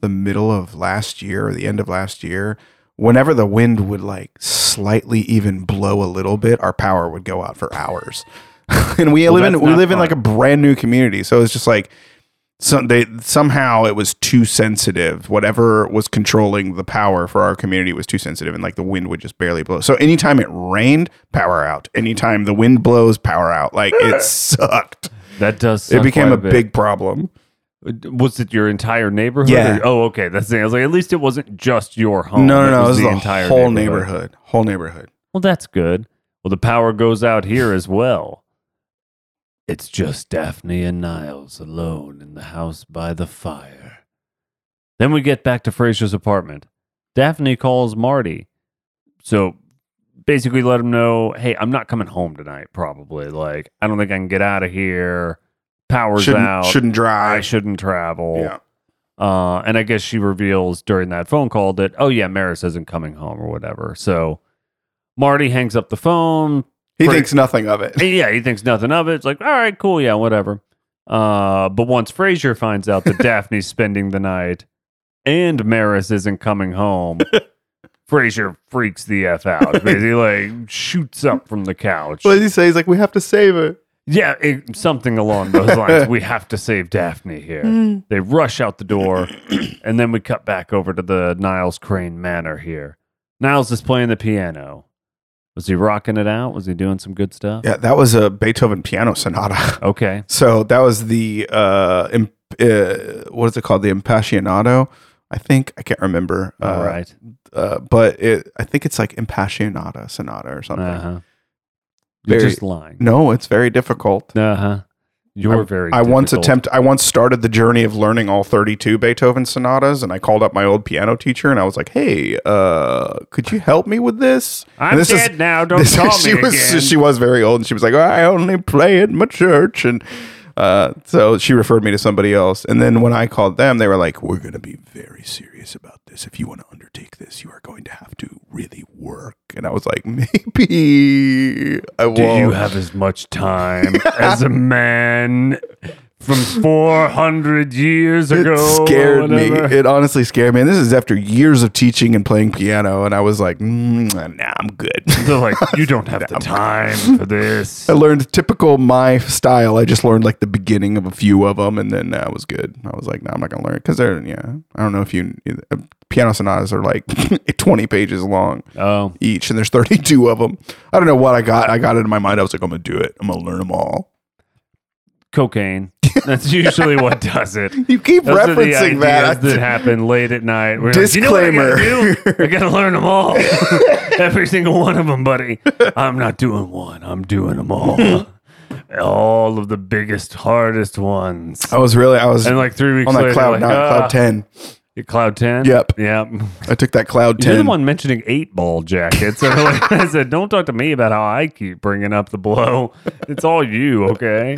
the middle of last year or the end of last year. Whenever the wind would like slightly even blow a little bit, our power would go out for hours. *laughs* and we Well, live in that's we not live in fun. like a brand new community, so it's just like some they somehow it was too sensitive. Whatever was controlling the power for our community was too sensitive, and like the wind would just barely blow. So anytime it rained, power out. Anytime the wind blows, power out. Like *laughs* it sucked. That does. It suck became quite a bit. big problem. Was it your entire neighborhood? Yeah. Or- oh, okay. That's the thing. I was like, at least it wasn't just your home. no, no, It no. It was the, whole neighborhood. Whole neighborhood. Well, that's good. Well, the power goes out here as well. It's just Daphne and Niles alone in the house by the fire. Then we get back to Fraser's apartment. Daphne calls Marty. So basically let him know, "Hey, I'm not coming home tonight probably. Like, I don't think I can get out of here. Power's Shouldn't out. shouldn't I drive. shouldn't travel." yeah. Uh, and I guess she reveals during that phone call that, oh, yeah, Maris isn't coming home or whatever. So Marty hangs up the phone. He Fra- thinks nothing *laughs* of it. And yeah, he thinks nothing of it. It's like, all right, cool. Yeah, whatever. Uh, but once Frasier finds out that Daphne's spending the night and Maris isn't coming home, Frasier freaks the F out. He like shoots up from the couch. What does he say? He's like, we have to save it. Yeah, it, something along those lines. we have to save Daphne here. They rush out the door, *clears throat* and then we cut back over to the Niles Crane Manor here. Niles is playing the piano. Was he rocking it out? Was he doing some good stuff? Yeah, that was a Beethoven piano sonata. *laughs* Okay. So that was the uh, imp, uh what is it called? The Impassionato, I think. I can't remember. Uh, All right. Uh, but it, I think it's like Impassionata Sonata or something. Uh-huh. You're Very- just lying. No, it's very difficult. Uh-huh. You're very I once difficult. attempt. I once started the journey of learning all 32 Beethoven sonatas, and I called up my old piano teacher, and I was like, "Hey, uh, could you help me with this?" I'm and this dead now. Don't this- call me *laughs* she was again. she was very old, and she was like, "I only play at my church," and uh, so she referred me to somebody else. And then when I called them, they were like, "We're going to be very serious about this. If you want to undertake this, you are going to have to really work." And I was like, *laughs* "Maybe I won't." Do you have as much *laughs* time as a man from 400 years It ago? or scared me. whatever? It honestly scared me. And this is after years of teaching and playing piano, and I was like, mm, "Nah, I'm good." *laughs* They're like, you don't have the time for this. I learned typical my style. I just learned like the beginning of a few of them, and then that was good. I was like, "No, I'm not gonna learn because they're yeah." I don't know if you uh, piano sonatas are like *laughs* 20 pages long Oh, each, and there's 32 of them. I don't know what I got. I got it in my mind. I was like, "I'm gonna do it. I'm gonna learn them all." cocaine. *laughs* That's usually what does it. You keep Those are the referencing that. ideas *laughs* that happen late at night. We're like, "You know what I Disclaimer. gotta do? I gotta learn them *laughs* all. Every single one of them, buddy. I'm not doing one. I'm doing them *laughs* all. all of the biggest, hardest ones. I was really. I was And like three weeks on later, that cloud like, nine, "Ah." cloud ten. Your Cloud 10? Yep. Yep. I took that cloud You're the ten. one mentioning eight ball jackets. *laughs* And I'm like, I said, don't talk to me about how I keep bringing up the blow. It's all you, okay?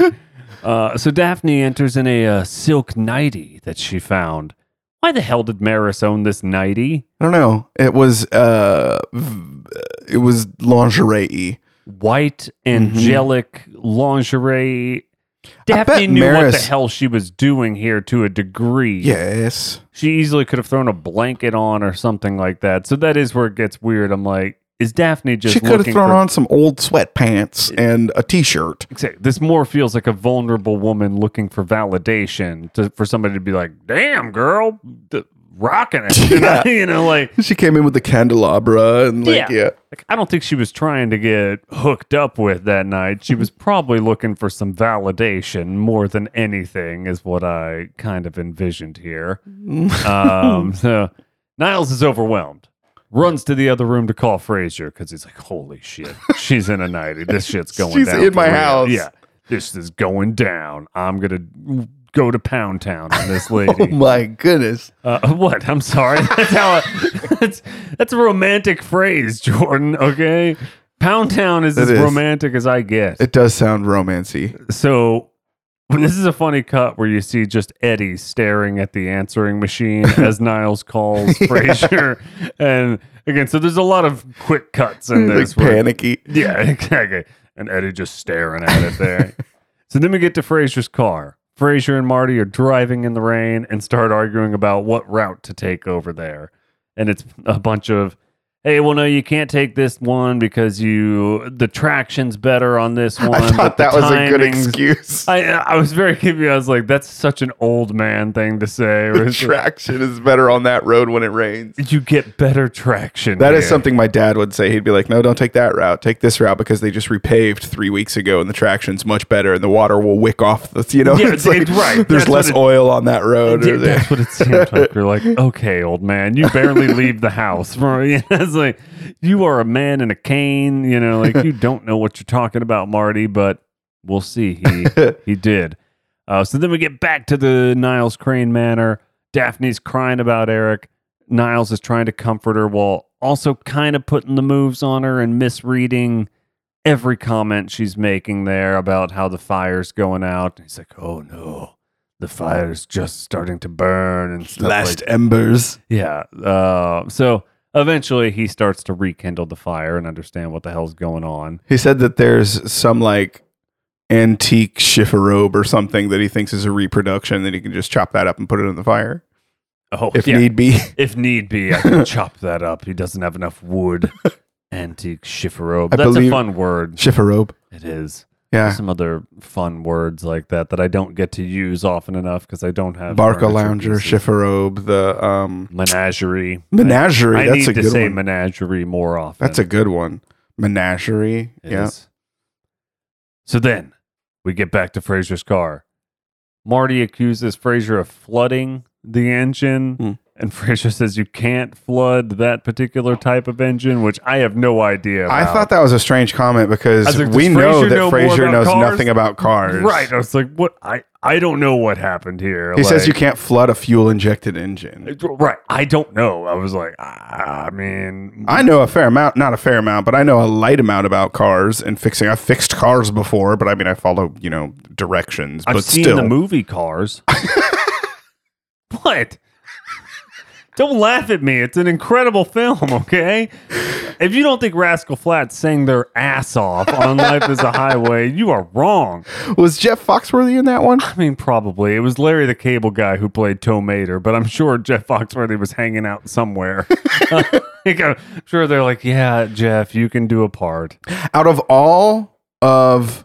Uh, so Daphne enters in a uh, silk nightie that she found. Why the hell did Maris own this nightie? I don't know. It was uh, v- it was lingerie. White, angelic lingerie. Mm-hmm. I bet Daphne knew what the Maris- hell she was doing here to a degree. Yes. she easily could have thrown a blanket on or something like that. So that is where it gets weird. I'm like, is Daphne just she could have looking thrown for- on some old sweatpants and a t-shirt. Exact- This more feels like a vulnerable woman looking for validation to, for somebody to be like, "Damn, girl, d- rocking it," *laughs* you know, you know, like, She came in with the candelabra and like Yeah. yeah. like I don't think she was trying to get hooked up with that night. She Mm-hmm. was probably looking for some validation more than anything, is what I kind of envisioned here. Mm-hmm. *laughs* um, so Niles is overwhelmed. Runs to the other room to call Fraser because he's like, "Holy shit, she's in a nighty. This shit's going *laughs* She's down in for my real." house. Yeah, this is going down. I'm gonna go to Pound Town on *laughs* this lady. Oh my goodness. Uh, *laughs* what? I'm sorry. That's how. I, that's that's a romantic phrase, Jordan. Okay. Pound Town is It as is. romantic as I get. It does sound romancy. so this is a funny cut where you see just Eddie staring at the answering *laughs* machine as Niles calls Frasier. And again, so there's a lot of quick cuts in Like this. where- panicky. *laughs* Yeah, exactly. And Eddie just staring at it there. so then we get to Fraser's car. Fraser and Marty are driving in the rain and start arguing about what route to take over there. And it's a bunch of, hey, well, no, you can't take this one because you the traction's better on this one. *laughs* I but thought the that was a good timing's-" *laughs* excuse. I I was very confused. I was like, that's such an old man thing to say. Or *laughs* The it's like, traction is better on that road when it rains. you get better traction. That is here." something my dad would say. He'd be like, "No, don't take that route. Take this route because they just repaved three weeks ago, and the traction's much better, and the water will wick off the. *laughs* You know, Yeah, it's it's- right. There's That's less what it- oil on that road. Yeah, that's what it seems like. You're like, okay, old man, you barely leave the house. *laughs* bro." You know, it's like you are a man in a cane. You know, like you don't know what you're talking about, Marty. But we'll see. He he did. Uh, so then we get back to the Niles Crane Manor. Daphne's crying about Eric. Niles is trying to comfort her while also kind of putting the moves on her and misreading every comment she's making there about how the fire's going out. He's like, oh no, the fire's just starting to burn and stuff Last like embers. Yeah. Uh, so eventually he starts to rekindle the fire and understand what the hell's going on. He said that there's some like antique chifferobe or something that he thinks is a reproduction that he can just chop that up and put it in the fire Oh, if yeah. need be. *laughs* if need be, I *laughs* can chop that up. He doesn't have enough *laughs* wood. Antique chifferobe. I That's a believe- fun word. chifferobe. It is. Yeah. Some other fun words like that that I don't get to use often enough because I don't have Barca furniture lounger, pieces. chifferobe, the um menagerie. menagerie. I that's need a to good say one. menagerie more often. that's a good one. Menagerie. It yeah. is. So then we get back to Fraser's car. Marty accuses Fraser of flooding the engine, Hmm. and Fraser says you can't flood that particular type of engine, which I have no idea. I about. thought that was a strange comment I because was like, does we know Frasier that know more Fraser about knows cars? nothing about cars. right. I was like, what? I I don't know what happened here. He says Like- you can't flood a fuel injected engine. Right. I don't know. I was like, ah, I mean, I know a fair amount, not a fair amount, but I know a light amount about cars and fixing. I've fixed cars before, but I mean, I follow, you know, directions. I've but seen still, the movie *laughs* Cars. what? Don't laugh at me. It's an incredible film, okay? If you don't think Rascal Flatts sang their ass off on Life is a Highway, you are wrong. was Jeff Foxworthy in *sighs* that one? I mean, probably. It was Larry the Cable Guy who played Toe Mater, but I'm sure Jeff Foxworthy was hanging out *laughs* somewhere. *laughs* Like, I'm sure they're like, yeah, Jeff, you can do a part. Out of all of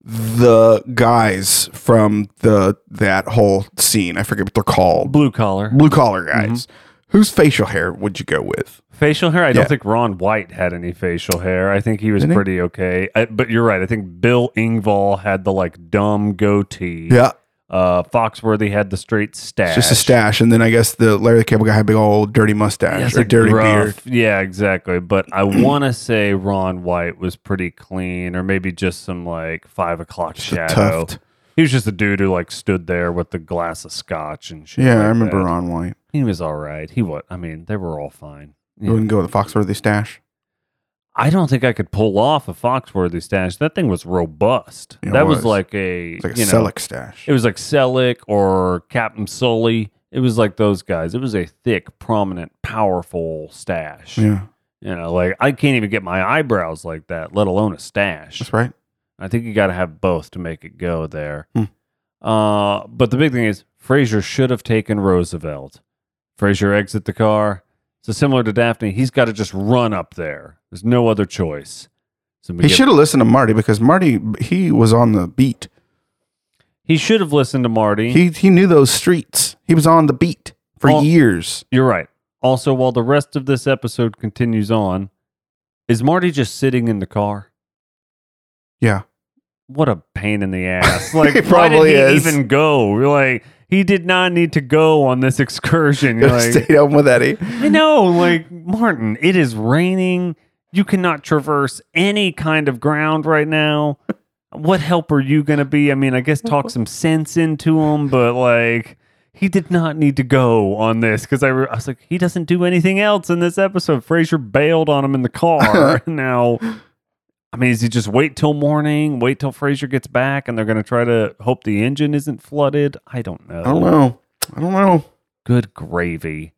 the guys from the that whole scene, I forget what they're called, Blue collar. blue collar Mm-hmm. guys. Whose facial hair would you go with? Facial hair? I don't Yeah. think Ron White had any facial hair. I think he was Didn't he? pretty okay. I, but you're right. I think Bill Ingvall had the like dumb goatee. Yeah, Uh, Foxworthy had the straight stash. just a stash, and then I guess the Larry the Cable Guy had a big old dirty mustache Yeah, it's or like dirty beard. rough. Yeah, exactly. But *clears throat* I want to say Ron White was pretty clean, or maybe just some like five o'clock Just a shadow. tuft. He was just a dude who like stood there with the glass of scotch and shit. Yeah, like I remember that. Ron White. He was all right. He was. I mean, they were all fine. You wouldn't go with the Foxworthy stash. I don't think I could pull off a Foxworthy stash. That thing was robust. It that was. was. like a, It's like a you know, Selleck stash. it was like Selleck or Captain Sully. It was like those guys. It was a thick, prominent, powerful stash. yeah, You know, like I can't even get my eyebrows like that, let alone a stash. that's right. I think you got to have both to make it go there. Hmm. Uh, but the big thing is, Frazier should have taken Roosevelt. Frazier exit the car. So similar to Daphne, he's got to just run up there. There's no other choice. So we He get- should have listened to Marty because Marty he was on the beat. He should have listened to Marty. He he knew those streets. He was Mm-hmm. on the beat for All- years. You're right. Also, while the rest of this episode continues on, is Marty just sitting in the car? *laughs* Yeah, What a pain in the *laughs* ass! Like, He why probably did he is. even go? You're Like, he did not need to go on this excursion. You're like, stayed home with Eddie. I know, like Martin, it is raining. You cannot traverse any kind of ground right now. What help are you going to be? I mean, I guess talk some sense into him, but like he did not need to go on this because I, re- I was *laughs* like, he doesn't do anything else in this episode. Fraser bailed on him in the car. *laughs* now I mean, is he just wait till morning, wait till Fraser gets back, and they're going to try to hope the engine isn't flooded? I don't know. I don't know. I don't know. Good gravy.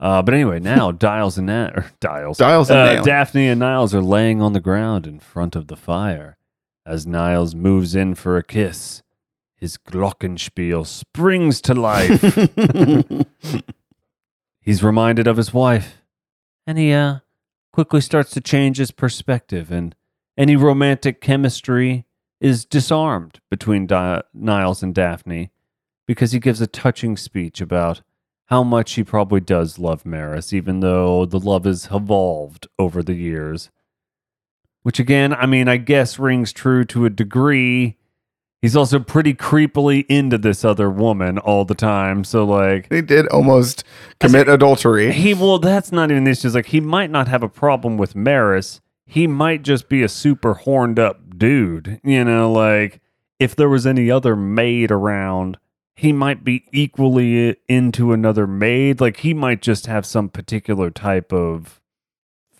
Uh, but anyway, now Dials and Nat or Dials, Dials and uh, Nail. Daphne and Niles are laying on the ground in front of the fire. As Niles moves in for a kiss, his Glockenspiel springs to *laughs* life. He's reminded of his wife, and he uh, quickly starts to change his perspective, and any romantic chemistry is disarmed between Di- Niles and Daphne because he gives a touching speech about how much he probably does love Maris, even though the love has evolved over the years. Which, again, I mean, I guess rings true to a degree. He's also pretty creepily into this other woman all the time. So, like, they did almost commit adultery. he well, that's not even the issue. It's like he might not have a problem with Maris. He might just be a super horned up dude. You know, like if there was any other maid around, he might be equally into another maid. Like he might just have some particular type of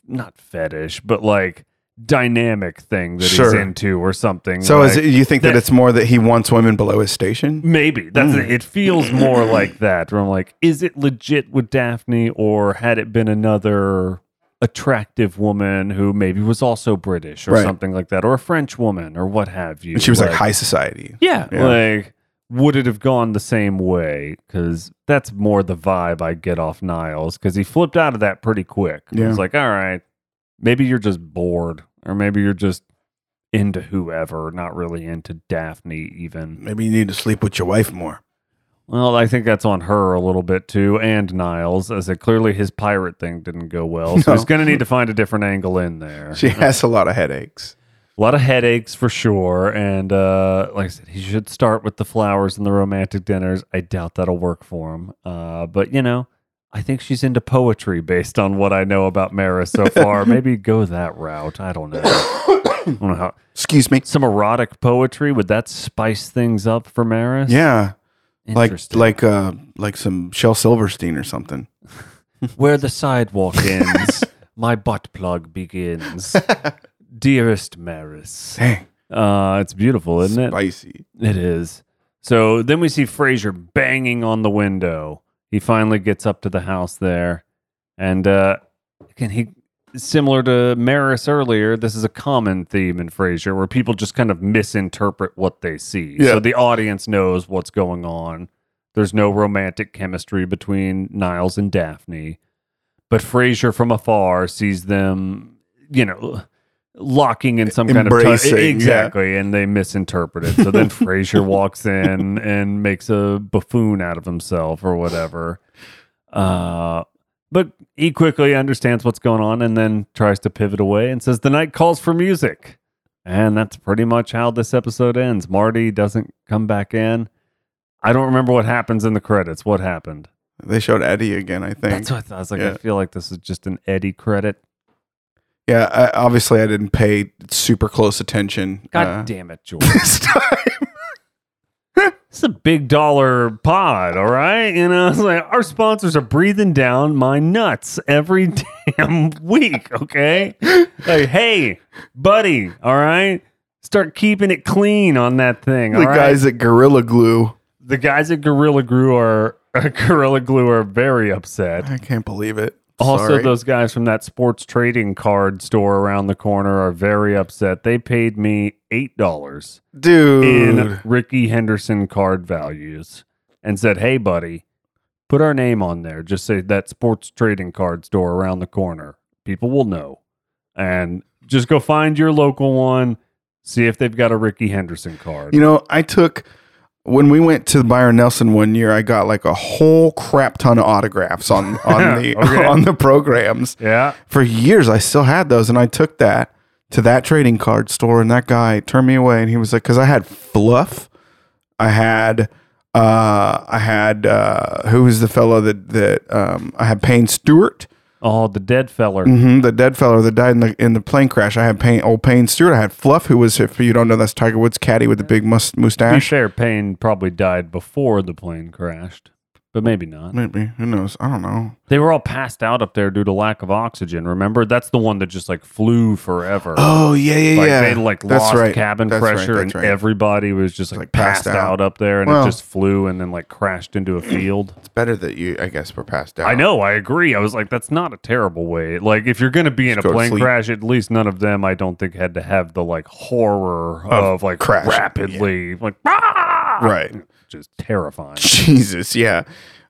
not fetish, but like dynamic thing that he's Sure. into or something. So like, is it, you think that, that- it's more that he wants women below his station? Maybe that's Mm. it. it. Feels *clears throat* more like that. Where I'm like, is it legit with Daphne, or had it been another attractive woman who maybe was also British or Right. something like that, or a French woman or what have you? And she was like high society. yeah, Yeah. like would it have gone the same way? Because that's more the vibe I get off Niles. Because he flipped out of that pretty quick. He Yeah. was like, all right, maybe you're just bored, or maybe you're just into whoever, not really into Daphne even. Maybe you need to sleep with your wife more. Well, I think that's on her a little bit too, and Niles, as it clearly his pirate thing didn't go well. So No. he's going to need to find a different angle in there. She has a lot of headaches. a lot of headaches for sure, and uh, like I said, he should start with the flowers and the romantic dinners. I doubt that'll work for him, uh, but you know, I think she's into poetry based on what I know about Maris *laughs* so far. Maybe go that route. I don't know. I don't know how, Excuse me. some erotic poetry would that spice things up for Maris? Yeah, like Interesting. like uh like some Shel Silverstein or something. Where the sidewalk ends, my butt plug begins. Dearest Maris. Dang, Uh, it's beautiful, isn't it? spicy. It is. So then we see Fraser banging on the window. He finally gets up to the house there. And uh again he similar to Maris earlier, this is a common theme in Frasier where people just kind of misinterpret what they see. Yeah. So the audience knows what's going on. There's no romantic chemistry between Niles and Daphne. But Frasier from afar sees them, you know, locking in some kind Embracing, of yeah. exactly, and they misinterpret it. So *laughs* then Frasier walks in and makes a buffoon out of himself or whatever. Uh, but he quickly understands what's going on and then tries to pivot away and says, The night calls for music. And that's pretty much how this episode ends. Marty doesn't come back in. I don't remember what happens in the credits. What happened? They showed Eddie again, I think. That's what I thought. I was like, I Yeah. feel like this is just an Eddie credit. yeah, I, obviously I didn't pay super close attention. God *laughs* uh, damn it, George. *laughs* this time. It's a big dollar pod, all right? You know, *laughs* it's like our sponsors are breathing down my nuts every *laughs* damn week, okay? Like, hey, buddy, all right? Start keeping it clean on that thing, the all right? guys at Gorilla Glue. the guys at Gorilla Glue are *laughs* Gorilla Glue are very upset. I can't believe it. Also, Sorry. those guys from that sports trading card store around the corner are very upset. They paid me eight dollars dude. in Ricky Henderson card values and said, "Hey, buddy, put our name on there. Just say that sports trading card store around the corner. People will know, and just go find your local one. See if they've got a Ricky Henderson card. You know, I took when we went to the Byron Nelson one year, I got like a whole crap ton of autographs on *laughs* on the Okay. *laughs* on the programs. yeah, For years I still had those and I took that to that trading card store and that guy turned me away and he was like cuz I had fluff. I had uh I had uh who was the fellow that that um I had Payne Stewart. oh, the dead feller. hmm the dead fellow that died in the in the plane crash. I had Payne, old Payne Stewart. I had Fluff, who was, if you don't know, that's Tiger Woods' caddy with the big mus- To be mustache. fair, Payne probably died before the plane crashed. but maybe not. Maybe. Who knows? I don't know. They were all passed out up there due to lack of oxygen. Remember, that's the one that just like flew forever. *gasps* *gasps* Oh yeah, yeah, like yeah. they like lost cabin That's right, pressure, that's and right. everybody was just like, Like, passed, passed out. out. up there, and Well- it just flew and then like crashed into a field. it's better that you, I guess, were passed out. I know, I agree. I was like, that's not a terrible way. Like, if you're going to be in a Just go to plane sleep. crash, at least none of them, I don't think, had to have the like horror of, like crashing, rapidly, like, ah! Right. Just terrifying. *laughs* Jesus, yeah.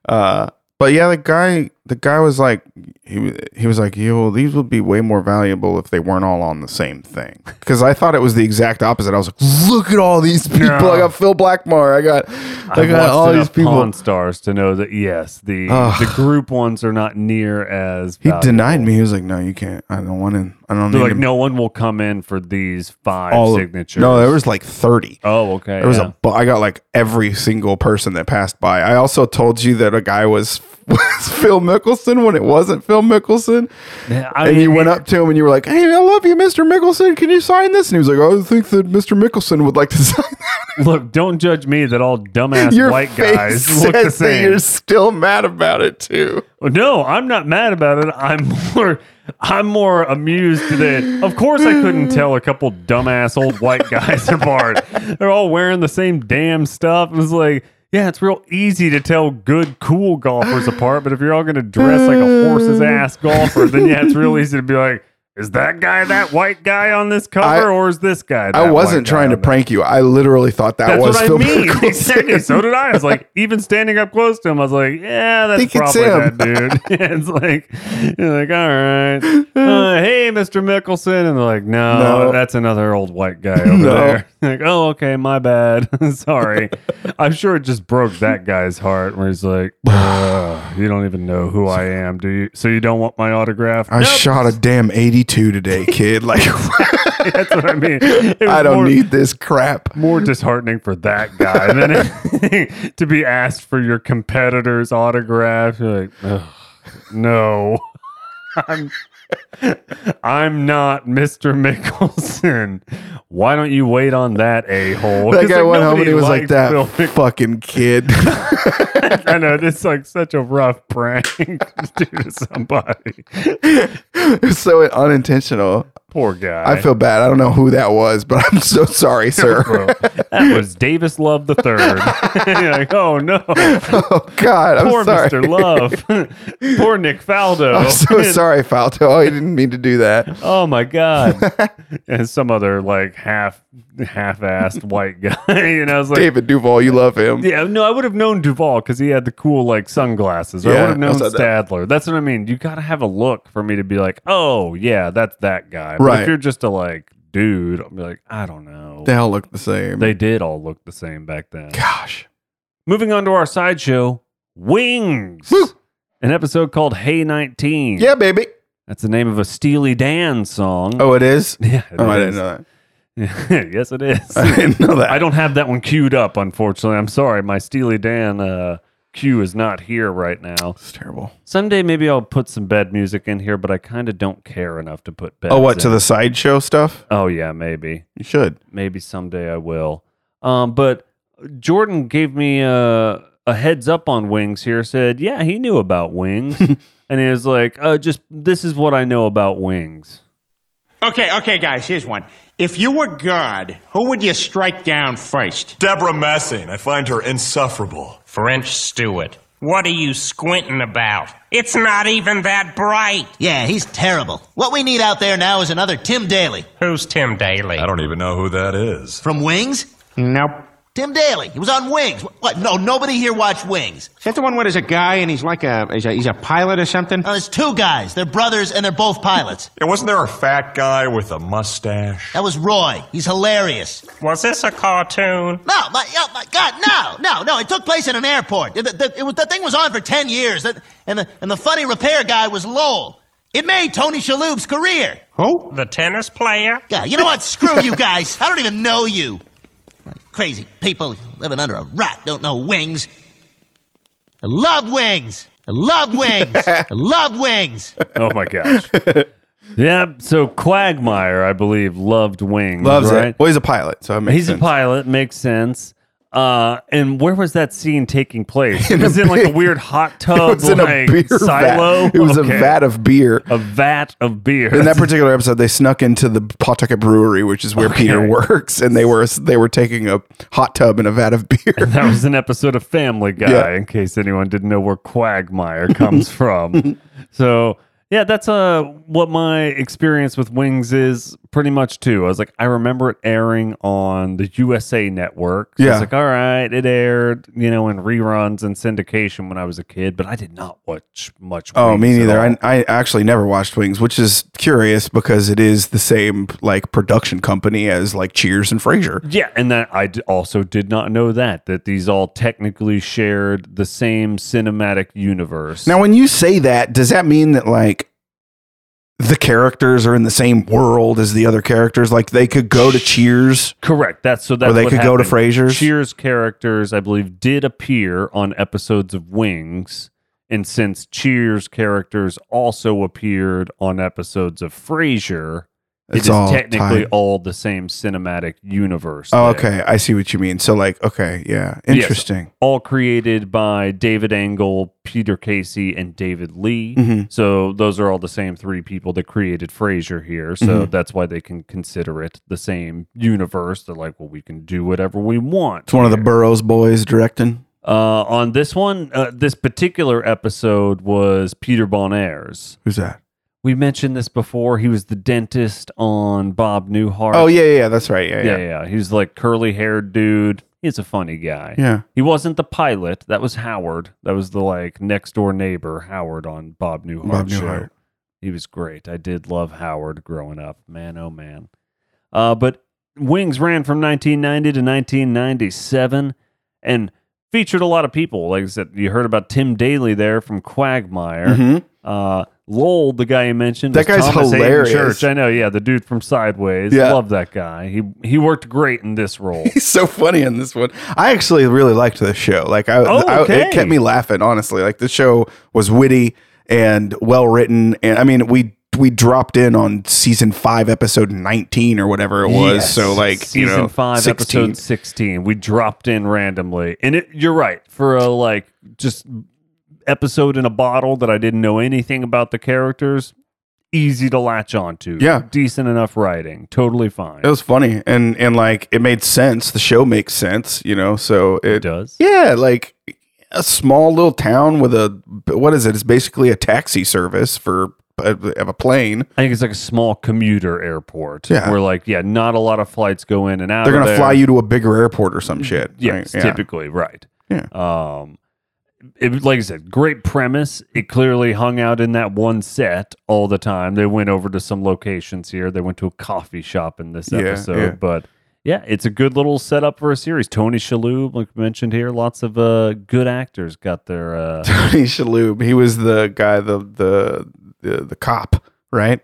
Uh, but yeah, the guy, the guy was like, he was, he was like, yeah, well, these would be way more valuable if they weren't all on the same thing. Because I thought it was the exact opposite. I was like, look at all these people. Yeah. I got Phil Blackmore. I got, I, I got watched all enough these people. Pawn Stars to know that yes, the Ugh. the group ones are not near as. He valuable. denied me. He was like, no, you can't. I don't want in. I don't They're need like, him." no one will come in for these five all of- signatures. No, there was like thirty. Oh, okay. There was yeah. a bu- I got like every single person that passed by. I also told you that a guy was, *laughs* was Phil Mickelson when it wasn't Phil Mickelson. Yeah, I and mean, you went up to him and you were like, "Hey, I love you, Mr. Mickelson. Can you sign this?" And he was like, "Oh, "I think that Mr. Mickelson would like to *laughs* sign." *laughs* That. Look, don't judge me that all dumbass Your white face *laughs* guys *laughs* look the says that same. you're still mad about it too. No, I'm not mad about it. I'm *laughs* more, I'm more amused that, of course, I *sighs* couldn't tell a couple dumbass old white guys *laughs* apart. They're all wearing the same damn stuff. It was like, yeah, it's real easy to tell good, cool golfers apart. But if you're all going to dress like a Um. horse's ass golfer, then yeah, it's real easy to be like, is that guy that white guy on this cover, I- or is this guy? That I white wasn't guy trying to on that prank you. I literally thought that that's was what I Phil *laughs* mean. *laughs* Mickelson. Exactly. So did I. I was like, even standing up close to him, I was like, yeah, that's Think it's probably that him. *laughs* dude. *laughs* Yeah, it's like, you're like, all right, uh, hey, Mr. Mickelson, and they're like, no, No. that's another old white guy over No. there. *laughs* Like, oh, okay, my bad. *laughs* *laughs* Sorry. I'm sure it just broke that guy's heart where he's *sighs* like, "Ugh, you don't even know who I am, do you? So you don't want my autograph? I Nope. shot a damn 82 today, kid. Like *laughs* *laughs* That's what I mean. It was I don't more- need this crap. more disheartening for that guy *laughs* than it- to be asked for your competitor's autograph. You're like, "Ugh, no, I'm, I'm not Mr. Mickelson. Why don't you wait on that a hole? That guy went home and he was like that fucking kid. *laughs* *laughs* I know this is like such a rough prank *laughs* to do to somebody. it was so unintentional. Poor guy. I feel bad. I don't know who that was, but I'm so *laughs* sorry, sir. Bro, that was Davis Love the third. *laughs* like, oh no. oh *laughs* God, I'm Poor sorry. Mr. *laughs* Love. Poor Nick Faldo. *laughs* I'm so sorry, Falto. I didn't mean to do that. Oh my *laughs* god. and some other like half half assed white guy. *laughs* and I was like David Duval, you love him. Yeah, no, I would have known Duval because he had the cool like sunglasses. Or I Yeah, would have known I said Stadler. That's what I mean. You gotta have a look for me to be like, oh yeah, that's that guy. But Right. if you're just a like dude, I'll be like, I don't know. They all look the same. They did all look the same back then. Gosh. Moving on to our sideshow, Wings. Woo. An episode called Hey 19. Yeah, baby. That's the name of a Steely Dan song. Oh, it is. *laughs* yeah. it Oh, I is. didn't know that. *laughs* *laughs* yes, it is. I didn't know that. I don't have that one queued up, unfortunately. I'm sorry. My Steely Dan uh, cue is not here right now. It's terrible. Someday maybe I'll put some bed music in here, but I kind of don't care enough to put bed. Oh, what to the sideshow stuff? Oh yeah, maybe, You should. maybe someday I will. Um, but Jordan gave me a, a heads up on wings here. Said, yeah, he knew about *laughs* wings, and he was like, uh, just this is what I know about wings. Okay, okay, guys, here's one. If you were God, who would you strike down first? Deborah Messing. I find her insufferable. French Stewart. What are you squinting about? It's not even that bright. Yeah, he's terrible. What we need out there now is another Tim Daly. Who's Tim Daly? I don't even know who that is. From Wings? Nope. Tim Daly. He was on Wings. What? No, nobody here watched Wings. Is that the one where there's a guy and he's like a he's a, he's a pilot or something? Now, there's two guys. They're brothers and they're both pilots. And wasn't there a fat guy with a mustache? That was Roy. He's hilarious. Was this a cartoon? No, my, oh, my God, no, no, no. It took place in an airport. The, the- it was, the thing was on for 10 years, That- and the, and the funny repair guy was Lowell. It made Tony Shalhoub's career. Who? The tennis player? Yeah, you know what? Screw you guys. I don't even know you. Crazy people living under a rock don't know wings. I love wings. I love wings. I love wings. Oh my *laughs* gosh. Yep. So Quagmire, I believe, loved wings. Loves right? it. Well, he's a pilot, so it makes *laughs* He's a sense. pilot. Makes sense. Uh, and where was that scene taking *laughs* place? It was in like a big- weird hot tub, *laughs* It was in a like beer Oh, silo. vat. It was Okay. a vat of beer. a vat of beer. In that particular episode, they snuck into the Pawtucket Brewery, which is where Peter works, and they were they were taking a hot tub and a vat of beer. that was an episode of Family Guy, Yeah. in case anyone didn't know where Quagmire comes *laughs* from. so yeah, that's uh what my experience with Wings is pretty much too. I was like, I remember it airing on the USA Network. So I Yeah. was like, all right, it aired, you know, in reruns and syndication when I was a kid, but I did not watch much. Oh, me Wings at neither. all. I, I actually never watched Wings, which is curious because it is the same like production company as like Cheers and Frasier. Yeah, and that I d- also did not know that that these all technically shared the same cinematic universe. Now, when you say that, does that mean that like the characters are in the same world as the other characters? Like they could go to Cheers. correct. That's so that's they what could go to happened. Frasier's? Cheers characters, I believe, did appear on episodes of Wings, and since Cheers characters also appeared on episodes of Frasier, It's it's all technically tied. all the same cinematic universe. Oh, there. okay. I see what you mean. So, like, okay, yeah, Yes. interesting. all created by David Angle, Peter Casey, and David Lee. Mhm. So those are all the same three people that created Frasier here. So Mm-hmm. that's why they can consider it the same universe. They're like, well, we can do whatever we want. It's one of the here. Burroughs boys directing. uh, on this one, uh, this particular episode was Peter Bon Airs. Who's that? We mentioned this before. He was the dentist on Bob Newhart. Oh yeah, yeah, yeah, that's right. Yeah, yeah, yeah, yeah. yeah. He was like curly haired dude. He's a funny guy. He wasn't the pilot. That was Howard. That was the like next door neighbor Howard on Bob Newhart. Bob show. Newhart. He was great. I did love Howard growing up. Man, oh man. Uh, but Wings ran from 1990 to 1997 and featured a lot of people. Like I said, you heard about Tim Daly there from Quagmire. Mhm. Uh, Lowell, the guy you mentioned, That was guy's Thomas Hayden hilarious. Church. I know, yeah, the dude from Sideways. Yeah. Love that guy. He he worked great in this *laughs* role. He's so funny in this one. I actually really liked this show. Like, I, Oh, I- okay. it kept me laughing. Honestly, like the show was witty and well written. And I mean, we we dropped in on season five, episode nineteen or whatever it was. Yes. So like, season you know, five, 16. episode sixteen, we dropped in randomly, and it, you're right for a like just episode in a bottle that I didn't know anything about the characters. Easy to latch onto. Yeah. decent enough writing, totally fine. It was funny, and and like it made sense. The show makes sense, you know. So It it does. Yeah, like a small little town with a what is it? It's basically a taxi service for uh, of a plane. I think it's like a small commuter airport. Yeah. where like yeah, not a lot of flights go in and out. They're of gonna there. fly you to a bigger airport or some shit. Yes, right? typically, right. Yeah. Um, it, like I said, great premise. It clearly hung out in that one set all the time. They went over to some locations here. They went to a coffee shop in this Yeah, episode, yeah. but yeah, it's a good little setup for a series. Tony Shalhoub, like we mentioned here, lots of uh, good actors got their. Uh, *laughs* Tony Shalhoub, he was the guy, the the the, the cop, right?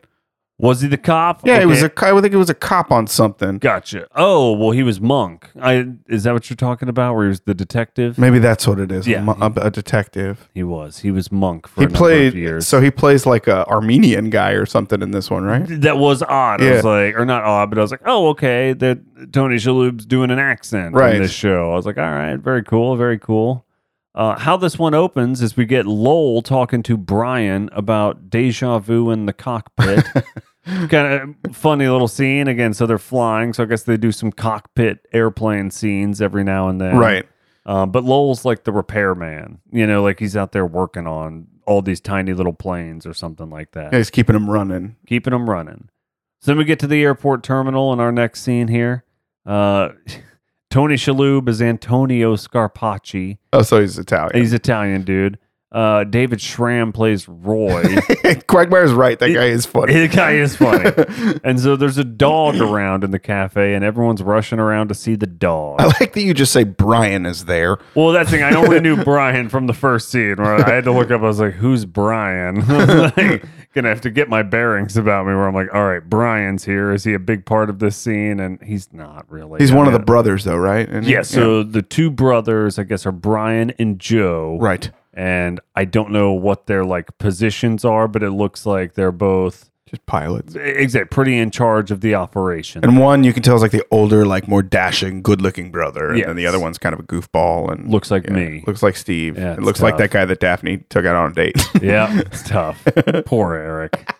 was he the cop? *laughs* Yeah, he was Okay, a. co- I think it was a cop on something. Gotcha. Oh well, he was Monk. I is that what you're talking about? Where he was the detective? Maybe that's what it is. Yeah. a, mo- a- a detective. He was. He was Monk for He a number of played. years. So he plays like a Armenian guy or something in this one, right? that was odd. I Yeah. was like, or not odd, but I was like, oh, okay, that Tony Shalhoub's doing an accent Right. in this show. I was like, all right, very cool, very cool. Uh, how this one opens is we get Lowell talking to Brian about deja vu in the *laughs* cockpit. kind of funny little scene again. So they're flying, so I guess they do some cockpit airplane scenes every now and then, Right. um, but Lowell's like the repairman, you know, like he's out there working on all these tiny little planes or something like that Yeah, he's keeping him running. keeping them running. So then we get to the airport terminal in our next scene here. Uh, *laughs* Tony Shalhoub is Antonio Scarpacci. Oh, so he's Italian. He's Italian, dude. Uh, David Schramm plays Roy. *laughs* *laughs* Quagmire's right. That guy is funny. the guy is funny. And so there's a dog around in the cafe, and everyone's rushing around to see the dog. *laughs* I like that you just say Brian is there. Well, that's the thing. I only *laughs* knew Brian from the first scene where I had to look up. I was like, who's *laughs* Brian? *laughs* like, gonna have to get my bearings about me where I'm like, all right, Brian's here. Is he a big part of this scene? And he's not really. He's I one of the mean, brothers, though, right? And- Yeah, so the two brothers, I guess, are Brian and Joe. right. And I don't know what their like positions are, but it looks like they're both Just pilots. Exactly, pretty in charge of the operation. And one you can tell is like the older, like more dashing, good-looking brother, and then the Yes. other one's kind of a goofball and Looks like me. Looks like Steve. Yeah, it it's looks like tough. that guy that Daphne took out on *laughs* a date. *laughs* yeah, it's tough. Poor Eric.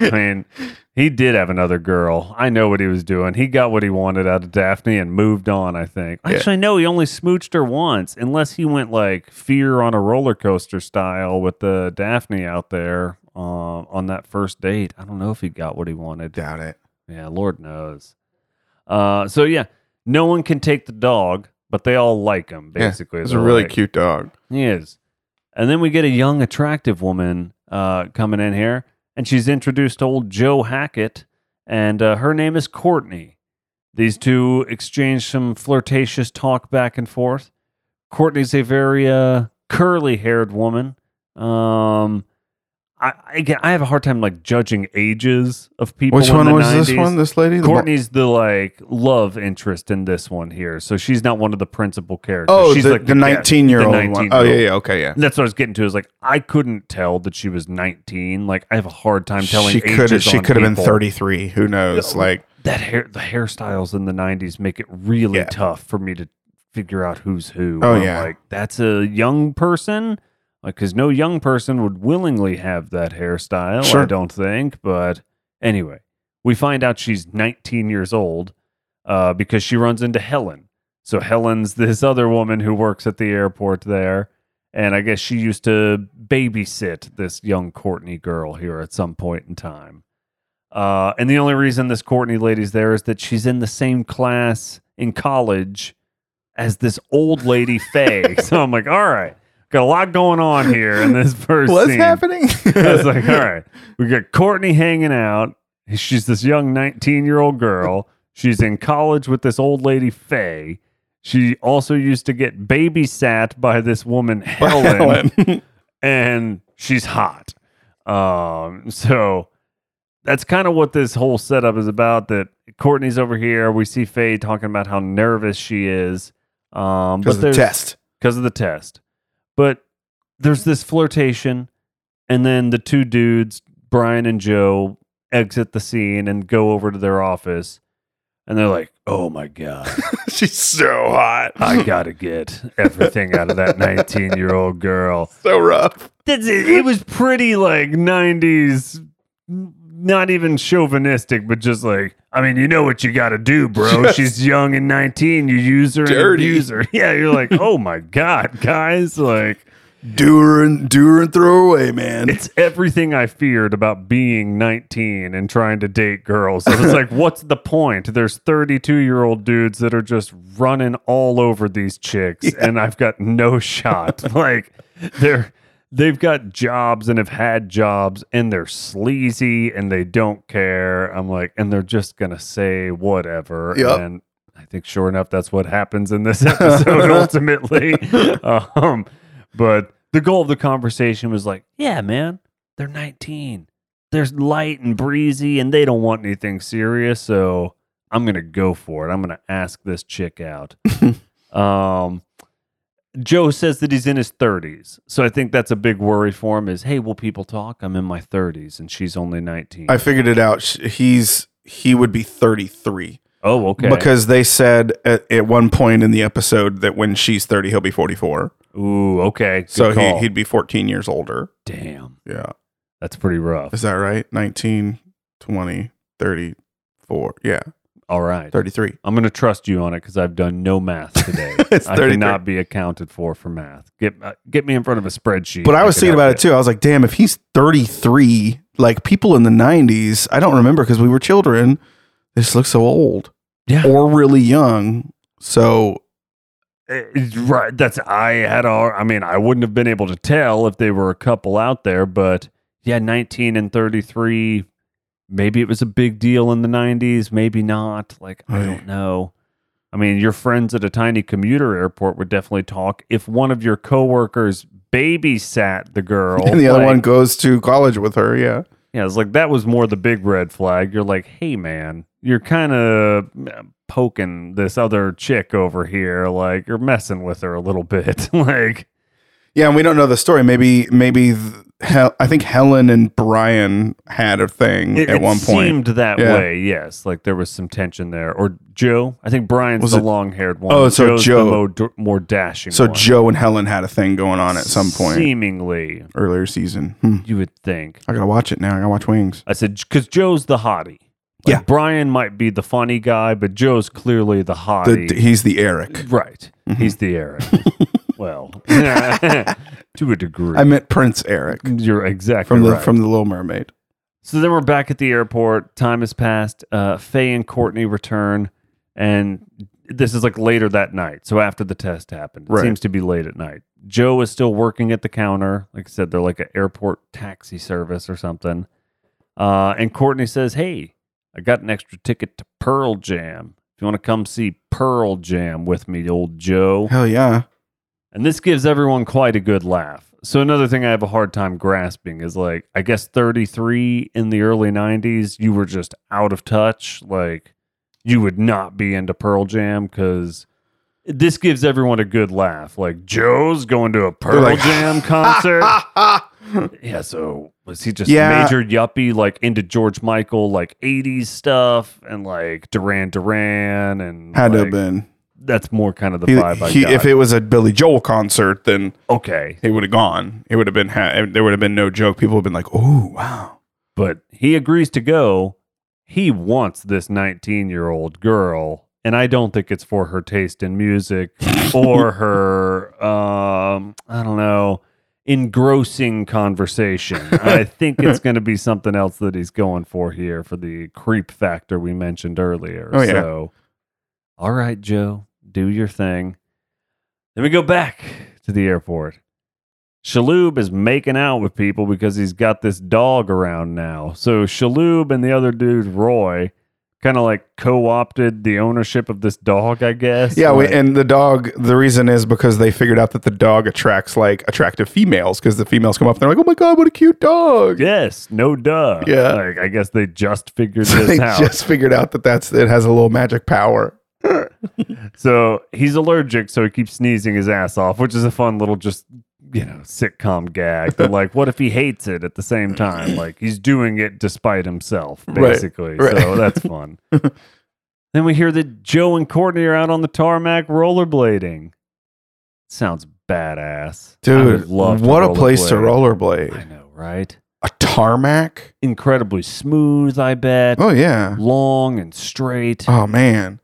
I mean, he did have another girl. I know what he was doing. He got what he wanted out of Daphne and moved on, I think. Actually, no, he only smooched her once, unless he went like fear on a roller coaster style with the Daphne out there uh, on that first date. I don't know if he got what he wanted. Doubt it. Yeah, Lord knows. Uh, so, yeah, no one can take the dog, but they all like him, basically. yeah, is it's a all really right. cute dog. He is. And then we get a young, attractive woman uh, coming in here, and she's introduced to old Joe Hackett, and uh, her name is Courtney. These two exchange some flirtatious talk back and forth. Courtney's a very uh, curly-haired woman. Um, I, I get- I have a hard time like judging ages of people. Which in one the was 90s. this one? This lady, The mo- Courtney's the like love interest in this one here, so she's not one of the principal characters. Oh, she's the, like the cat- nineteen-year-old the one. 19-year-old. Oh yeah, yeah, okay, yeah. And that's what I was getting to. Is like I couldn't tell that she was 19. Like I have a hard time telling. she could ages she on could have been people. 33 who knows like That hair, the hairstyles in the 90s make it really Yeah. tough for me to figure out who's who. Oh, I'm yeah. like that's a young person. Like, because no young person would willingly have that hairstyle. I Sure. don't think. But anyway, we find out she's 19 years old uh, because she runs into Helen. So Helen's this other woman who works at the airport there. And I guess she used to babysit this young Courtney girl here at some point in time. Uh, and the only reason this Courtney lady's there is that she's in the same class in college as this old lady *laughs* Faye. so I'm like, all right, got a lot going on here in this first what's scene. happening I was like, all right, we got Courtney hanging out. She's this young 19 year old girl. She's in college with this old lady, Faye. She also used to get babysat by this *laughs* woman, *laughs* Helen, and she's hot. Um, so that's kind of what this whole setup is about. That Courtney's over here. We see Faye talking about how nervous she is. Um, because but the there's test *laughs* because of the test. But there's this flirtation, and then the two dudes, Brian and Joe, exit the scene and go over to their office, and they're like, "Oh my god, she's so hot I gotta get everything out of that 19 year old girl." so rough That's it. It was pretty like 90s, not even chauvinistic, but just like, I mean, you know what you got to do, bro. She's young and 19. You use her Dirty. and abuse her. *laughs* Yeah, you're like, oh my God, guys. Like, do her and do her and throw away man it's *laughs* everything I feared about being 19 and trying to date girls. I was like, what's the point? There's 32 year old dudes that are just running all over these chicks, and I've got no shot. like, they're. They've got jobs and have had jobs and they're sleazy and they don't care. I'm like, and they're just going to say whatever. Yep. And I think sure enough, that's what happens in *laughs* this episode ultimately. um, but the goal of the conversation was like, yeah, man, they're 19. They're light and breezy and they don't want anything serious. So I'm going to go for it. I'm going to ask this chick *laughs* out. um, Joe says that he's in his 30s. So I think that's a big worry for him is, hey, will people talk? I'm in my 30s and she's only 19. i figured it out Sh- he's he would be 33 oh, okay. because they said at, at one point in the episode that when she's 30 he'll be 44 Ooh, okay. Good so he, call. he'd be 14 years older Damn. yeah That's pretty rough. is that right 19 20 34 yeah All right. 33 I'm going to trust you on it because I've done no *laughs* math today. It's I 33. cannot be accounted for for math. Get uh, get me in front of a spreadsheet. But I and was pick thinking out about it too. I was like, damn, if he's 33, like people in the 90s, I don't remember because we were children, they just look so old Yeah. or really young. So, It's Eh, right. That's I had all. I mean, I wouldn't have been able to tell if they were a couple out there, but yeah, 19 and 33. Maybe it was a big deal in the 90s. Maybe not. Like I Right. don't know. I mean, your friends at a tiny commuter airport would definitely talk. If one of your coworkers babysat the girl, *laughs* and the other like- one goes to college with her. Yeah. Yeah, it's like that was more the big red flag. You're like, hey man, you're kind of poking this other chick over here. Like you're messing with her a little bit. *laughs* like Yeah. And we don't know the story. Maybe, maybe th- Hel- I think Helen and Brian had a thing It, at it one point. seemed that Yeah. way, yes. Like there was some tension there. Or Joe. I think Brian's Was the it- long haired one. Oh, so Joe's Joe- The more, d- more dashing so one. Joe and Helen had a thing going on at some point Seemingly, earlier season. Hmm. you would think. I gotta watch it now. I gotta watch Wings. I said, because Joe's the hottie. Like, Yeah. Brian might be the funny guy, but Joe's clearly the The, hottie. he's the Eric. right. Mm-hmm. He's the *laughs* Eric. well, *laughs* to a degree. I meant Prince Eric You're exactly from the right. from the Little Mermaid. So then we're back at the airport. Time has passed. Uh, Faye and Courtney return, and this is like later that night. So after the test happened, it Right. seems to be late at night. Joe is still working at the counter. Like I said, they're like an airport taxi service or something. Uh, and Courtney says, "Hey, I got an extra ticket to Pearl Jam. If you want to come see Pearl Jam with me, old Joe." Hell yeah! And this gives everyone quite a good laugh. So another thing I have a hard time grasping is like I guess 33 in the early 90s you were just out of touch like you would not be into Pearl Jam cuz this gives everyone a good laugh. Like Joe's going to a Pearl like, *laughs* Jam concert. yeah, so was he just Yeah. major yuppie like into George Michael like 80s stuff and like Duran Duran and Had to like, have been. that's more kind of the He- vibe I he- got. if it was a Billy Joel concert, then okay. he would have gone. It would have been. Ha- there would have been no joke. People would have been like, "Oh wow." but he agrees to go. He wants this 19 year old girl, and I don't think it's for her taste in music *laughs* or her, um, I don't know, engrossing conversation. I think it's going to be something else that he's going for here for the creep factor we mentioned earlier. Oh, yeah. So, all right, Joe, do your thing. Then we go back to the airport. Shalhoub is making out with people because he's got this dog around now. So Shalhoub and the other dude Roy kind of like co-opted the ownership of this dog, I guess. Yeah, we, Like, and the dog. The reason is because they figured out that the dog attracts like attractive females because the females come up and they're like, "Oh my god, what a cute dog!" yes, no duh. Yeah. like I guess they just figured So *laughs* *laughs* they this out. just figured out that that's it has a little magic power. So he's allergic, so he keeps sneezing his ass off, which is a fun little just you know sitcom gag. But like, what if he hates it at the same time? Like he's doing it despite himself, *laughs* Right, basically. right. *laughs* So that's fun. then we hear that Joe and Courtney are out on the tarmac rollerblading. Sounds badass, I Dude, would love to what a place to rollerblade. I rollerblade. know, right? A tarmac? Incredibly smooth, I bet. Oh yeah. Long and straight, Oh man.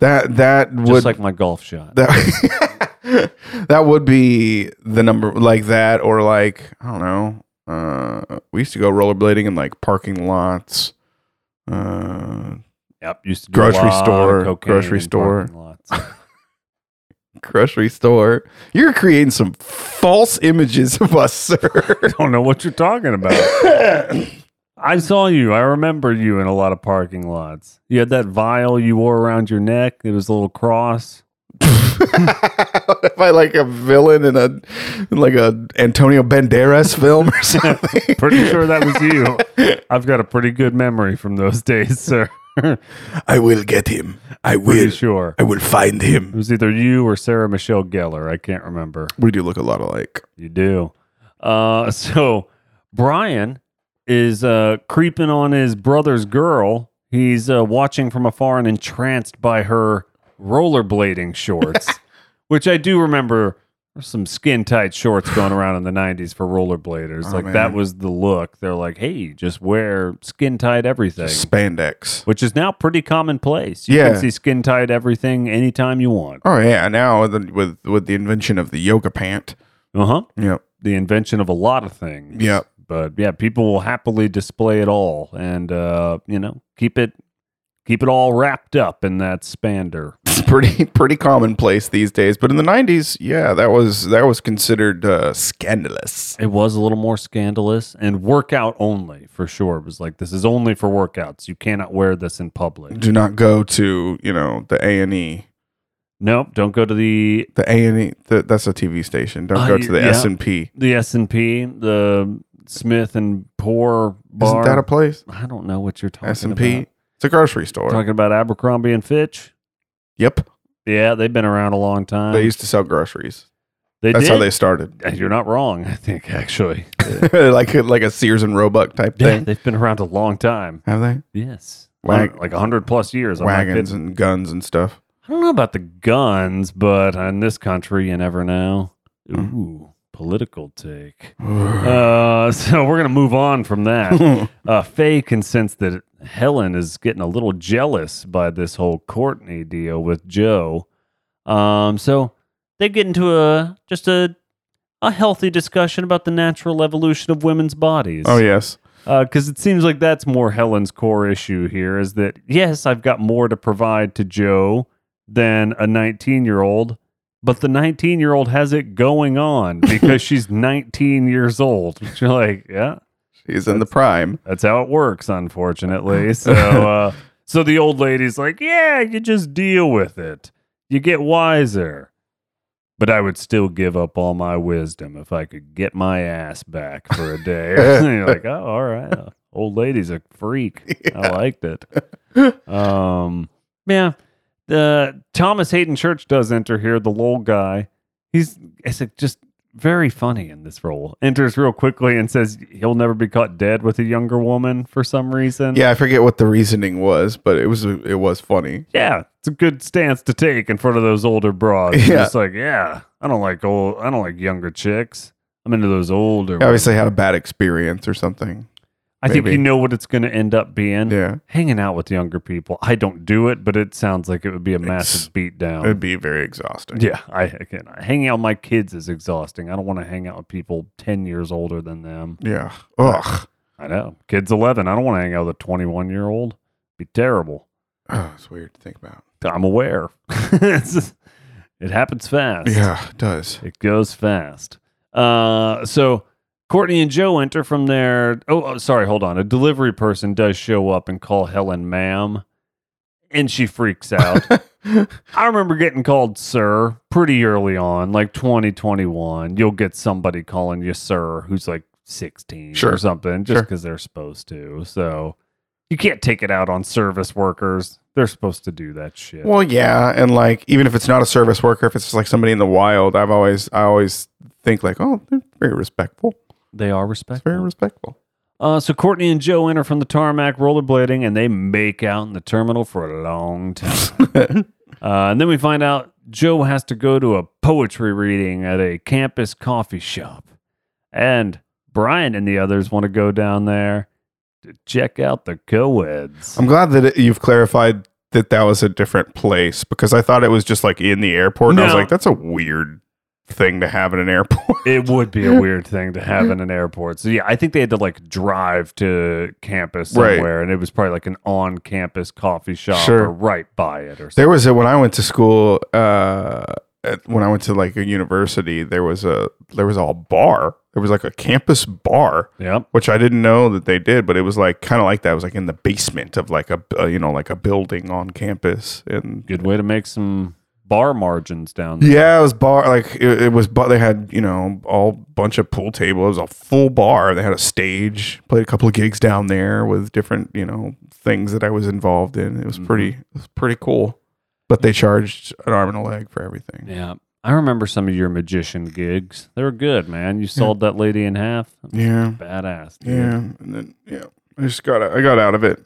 That that just would like my golf shot. *laughs* that *laughs* that would be the number like that or like I don't know. Uh, we used to go rollerblading in like parking lots, uh, Yep, used to do a Grocery lot of store, cocaine grocery in store. parking lots. *laughs* grocery store. You're creating some false images of us, sir. don't know what you're talking about. *laughs* I saw you. I remember you in a lot of parking lots. You had that vial you wore around your neck. It was a little cross. *laughs* if I like a villain in a like a Antonio Banderas film or something. Pretty sure that was *laughs* you. I've got a pretty good memory from those days, *laughs* sir. I will get him. I pretty sure. I will find It him. was either you or Sarah Michelle Gellar. I can't remember. We do look a lot alike. You do. Uh, *laughs* so Brian is uh, creeping on his brother's girl. He's uh, watching from afar and entranced by her rollerblading *laughs* shorts, which I do remember there's some skin tight shorts going around in the 90s for rollerbladers. Oh, like man. that was the look. They're like, hey, just wear skin tight everything. Spandex. which is now pretty commonplace. You Yeah. can see skin tight everything anytime you want. Oh yeah, now with the, with with the invention of the yoga pant. Uh huh. Yep. the invention of a lot of things. Yep. But yeah, people will happily display it all and uh, you know, keep it keep it all wrapped up in that spander. It's pretty *laughs* pretty commonplace these days, but in the 90s, yeah, that was that was considered uh, scandalous. It was a little more scandalous and workout only for sure. It was like this is only for workouts. You cannot wear this in public. Do not go to, you know, the E A&E. Nope, don't go to the The A&E, the, that's a TV station. Don't Uh, go to the yeah. S&P. the S&P, the Smith and Poor bar. Isn't that a place? I don't know what you're talking S&P. about. It's a grocery store. Talking about Abercrombie and Fitch? Yep. Yeah, they've been around a long time. They used to sell groceries. Oh. They That's did? how they started. You're not wrong, I think, actually. *laughs* like like a Sears and Roebuck type *laughs* Yeah, thing. they've been around a long time. Have they? Yes. Wag- Like like 100 plus years. I'm not Wagons kidding. and guns and stuff. I don't know about the guns, but in this country, you never know. Hmm. Ooh, political *sighs* take. uh, *laughs* so we're going to move on from *laughs* that. uh, Faye consents that Helen is getting a little jealous by this whole Courtney deal with Joe. Um, so they get into a just a a healthy discussion about the natural evolution of women's bodies Oh yes. because Uh, it seems like that's more Helen's core issue here is that yes, I've got more to provide to Joe than a 19 year old, but the 19 year old has it going on because she's 19 years old. *laughs* You're like, yeah, He's in *laughs* the prime. that's how it works, unfortunately. So, uh, so the old lady's like, yeah, you just deal with it. You get wiser. But I would still give up all my wisdom if I could get my ass back for a day. *laughs* You're like, oh, all right. Old lady's a freak. I liked it. Um, yeah. The Thomas Hayden Church does enter here, the lol guy. He's it's like just very funny in this role. Enters real quickly and says he'll never be caught dead with a younger woman for some reason. Yeah, I forget what the reasoning was, but it was it was funny. Yeah, it's a good stance to take in front of those older broads. *laughs* Yeah. It's like, yeah, I don't like old I don't like younger chicks. I'm into those older He ones. obviously had a bad experience or something. I think maybe. you know what it's going to end up being. Yeah. Hanging out with younger people. I don't do it, but it sounds like it would be a massive beatdown. It'd be very exhausting. Yeah, I again, hanging out with my kids is exhausting. I don't want to hang out with people ten years older than them. Yeah. Ugh. I know, kids eleven. I don't want to hang out with a twenty-one year old. Be terrible. Oh, it's weird to think about. I'm aware. *laughs* It's just- it happens fast. Yeah, it does. It goes fast. Uh, so Courtney and Joe enter from their. Oh, oh, sorry. Hold on. A delivery person does show up and call Helen ma'am, and she freaks out. *laughs* I remember getting called sir pretty early on, like 2021. You'll get somebody calling you sir who's like 16 or Sure. something just Sure. because they're supposed to. So you can't take it out on service workers. They're supposed to do that shit. Well, yeah, and like even if it's not a service worker, if it's just like somebody in the wild, I've always I always think like, oh, they're very respectful. they are It's very respectful. respectful. Uh, so Courtney and Joe enter from the tarmac rollerblading, and they make out in the terminal for a long time. *laughs* uh, and then we find out Joe has to go to a poetry reading at a campus coffee shop, and Brian and the others want to go down there to check out the co-eds. I'm glad that it, you've clarified that that was a different place because I thought it was just like in the airport. And I was No. like, that's a weird thing to have in an *laughs* airport. it would be a weird thing to have in an airport. So yeah, I think they had to like drive to campus Right. somewhere, and it was probably like an on-campus coffee shop Sure. or right by it or something. There was a when I went to school. Uh, at, when I went to like a university, there was a there was a bar. There was like a campus bar, Yep. which I didn't know that they did, but it was like kind of like that. It was like in the basement of like a uh, you know like a building on campus, and good way to make some bar margins down there. yeah, it was bar like it, it was. But they had you know all bunch of pool tables. It was a full bar. They had a stage. Played a couple of gigs down there with different you know things that I was involved in. It was Mm-hmm. pretty it was pretty cool. But they charged an arm and a leg for everything. Yeah. I remember some of your magician gigs. They were good, man. You sold that lady in half. Yeah, Badass. dude. yeah, and then yeah, I just got I got out of it.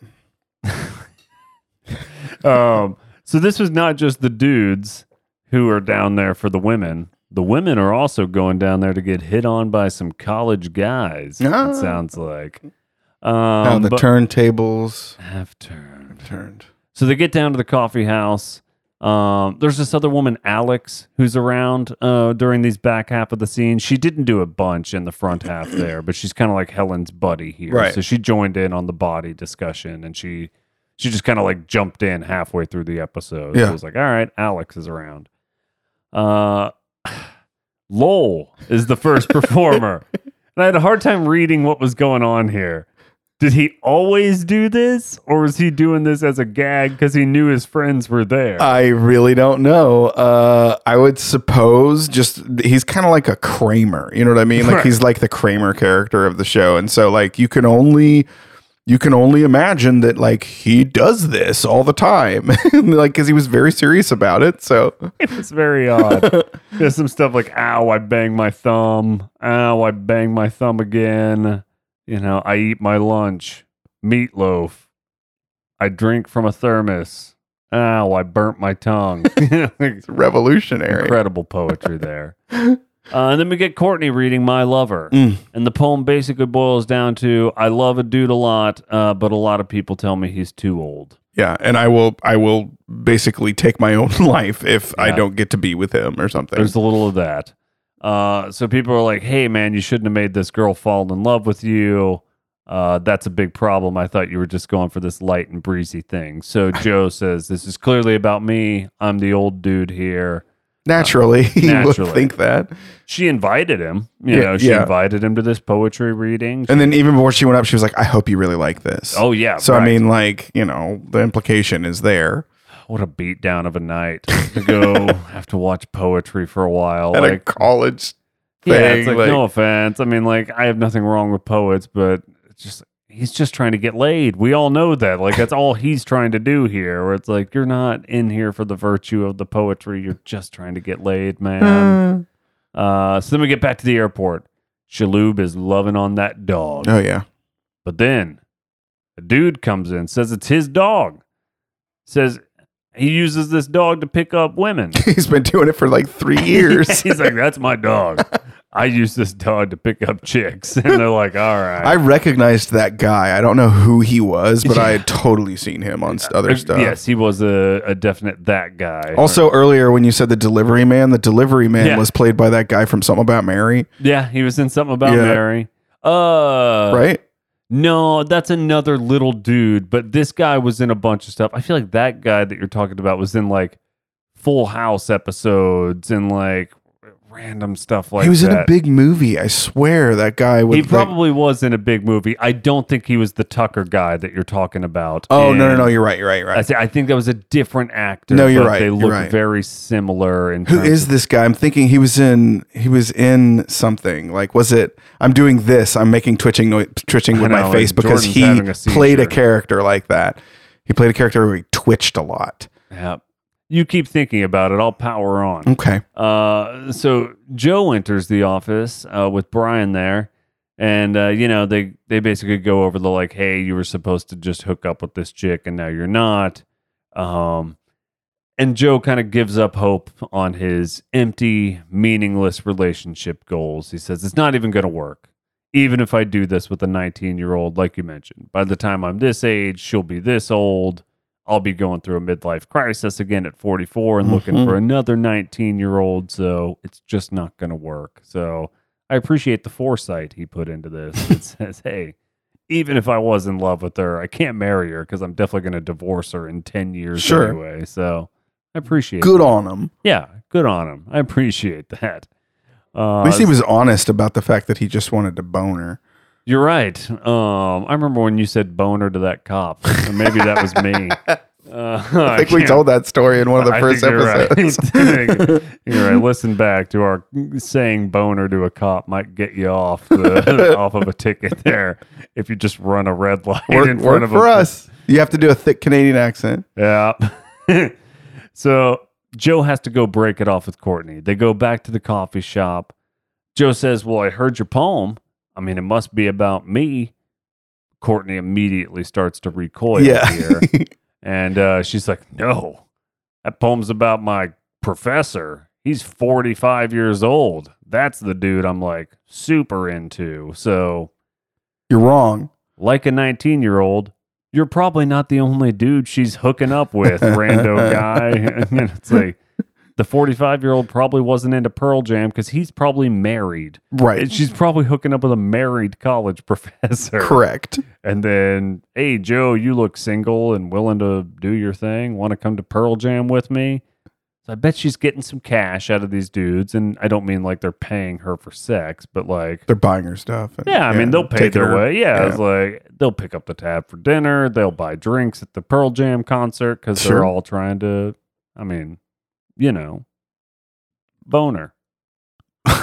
Um, so this was not just the dudes who are down there for the women. The women are also going down there to get hit on by some college guys. Ah. It sounds like. Um, Now the but- turntables Have turned. turned. So they get down to the coffee house. Um, there's this other woman, Alex, who's around uh, during these back half of the scene. She didn't do a bunch in the front *clears throat* half there, but she's kind of like Helen's buddy here. Right. So she joined in on the body discussion, and she she just kind of like jumped in halfway through the episode. So Yeah. it was like, all right, Alex is around. Uh, Lowell is the first performer, and I had a hard time reading what was going on here. Did he always do this, or was he doing this as a gag because he knew his friends were there? I really don't know. Uh, I would suppose just he's kind of like a Kramer. You know what I mean? Like Right. he's like the Kramer character of the show, and so like you can only you can only imagine that like he does this all the time, *laughs* like because he was very serious about it. So *laughs* It's very odd. There's some stuff like, ow, I bang my thumb. Ow, I bang my thumb again. You know, I eat my lunch. Meatloaf. I drink from a thermos. Ow, I burnt my tongue. *laughs* it's revolutionary. Incredible poetry there. Uh, and then we get Courtney reading My Lover. Mm. And the poem basically boils down to I love a dude a lot, uh, but a lot of people tell me he's too old. Yeah, and I will I will basically take my own *laughs* life if I Yeah. don't get to be with him or something. There's a little of that. Uh, so people are like, "Hey, man, you shouldn't have made this girl fall in love with you. Uh, that's a big problem. I thought you were just going for this light and breezy thing." *laughs* So Joe says, "This is clearly about me. I'm the old dude here." naturally, *laughs* he naturally. would think that. She invited him. You Yeah, know, she yeah. invited him to this poetry reading. And then even before she went up, she was like, "I hope you really like this." oh yeah. so right. I mean, like you know, the implication is there what a beatdown of a night to go have to watch poetry for a while. at a like, college. Yeah, it's thing, like, like- no offense. I mean, like I have nothing wrong with poets, but it's just he's just trying to get laid. We all know that. Like that's all he's trying to do here. Where it's like you're not in here for the virtue of the poetry. You're just trying to get laid, man. uh, so then we get back to the airport. Shaloub is loving on that dog, Oh yeah, *laughs* but then a dude comes in says it's his dog. Says he uses this dog to pick up women. *laughs* he's been doing it for like three years. He's like, that's my dog. I use this dog to pick up chicks. *laughs* And they're like, all right. I recognized that guy. I don't know who he was, but I had totally seen him on s- other stuff. Yes, he was a, a definite that guy. Also, earlier when you said the delivery man, the delivery man Yeah. was played by that guy from Something About Mary, yeah, he was in something about Yeah. Mary. Uh, right? No, that's another little dude. But this guy was in a bunch of stuff. I feel like that guy that you're talking about was in like Full House episodes and like random stuff like he was that. in a big movie. I swear that guy was. He like- probably was in a big movie. I don't think he was the Tucker guy that you're talking about. oh no, no, And- no! You're right. You're right. You're I, right. say, I think that was a different actor. No, you're but right, They you're look right. very similar. In Who terms is of- this guy? I'm thinking he was in. He was in something. Like, was it? I'm doing this. I'm making twitching, noi- twitching I with know, my face and because Jordan's he having a played a seizure. character like that. He played a character where he twitched a lot. Yeah. You keep thinking about it. I'll power on. Okay. Uh, so Joe enters the office uh, with Brian there, and uh, you know they they basically go over the like, hey, you were supposed to just hook up with this chick, and now you're not. Um, and Joe kind of gives up hope on his empty, meaningless relationship goals. He says it's not even going to work. Even if I do this with a 19 year old, like you mentioned, by the time I'm this age, she'll be this old. I'll be going through a midlife crisis again at 44 and looking for another 19 year old. So it's just not going to work. So I appreciate the foresight he put into this. It says, hey, even if I was in love with her, I can't marry her because I'm definitely going to divorce her in 10 years Sure. anyway. So I appreciate Good on him. Yeah, good on him. I appreciate that. Uh, At least he was honest about the fact that he just wanted to bone her. You're right. Um, I remember when you said boner to that cop. Or maybe that was *laughs* me. Uh, *laughs* I think we told that story in one of the first episodes. *laughs* You're right. You're right. Listen back to our saying boner to a cop might get you off *laughs* the, off of a ticket there if you just run a red light in work front work of for a, us. You have to do a thick Canadian accent. Yeah. *laughs* so Joe has to go break it off with Courtney. They go back to the coffee shop. Joe says, Well, I heard your poem. I mean, it must be about me. Courtney immediately starts to recoil Yeah. here. And uh, she's like, No, that poem's about my professor. He's 45 years old. That's the dude I'm like super into. So, You're wrong. like a 19 year old, you're probably not the only dude she's hooking up *laughs* with, rando guy. *laughs* and it's like the 45 year old probably wasn't into Pearl Jam because he's probably married. Right. And she's probably hooking up with a married college *laughs* professor. Correct. And then, hey, Joe, you look single and willing to do your thing. Want to come to Pearl Jam with me? So I bet she's getting some cash out of these dudes. And I don't mean like they're paying her for sex, but like They're buying her stuff. and- yeah, I mean they'll pay taking their her- way. Yeah, yeah. it's like they'll pick up the tab for dinner. They'll buy drinks at the Pearl Jam concert because they're Sure. all trying to. I mean, *laughs* you know, boner. All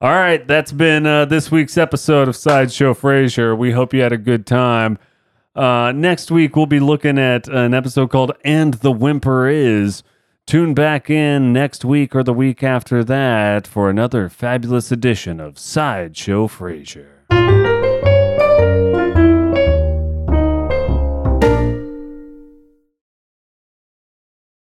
right, that's been uh, this week's episode of Sideshow Frasier. We hope you had a good time. Uh, next week, we'll be looking at an episode called And the Whimper Is. Tune back in next week or the week after that for another fabulous edition of Sideshow Frasier.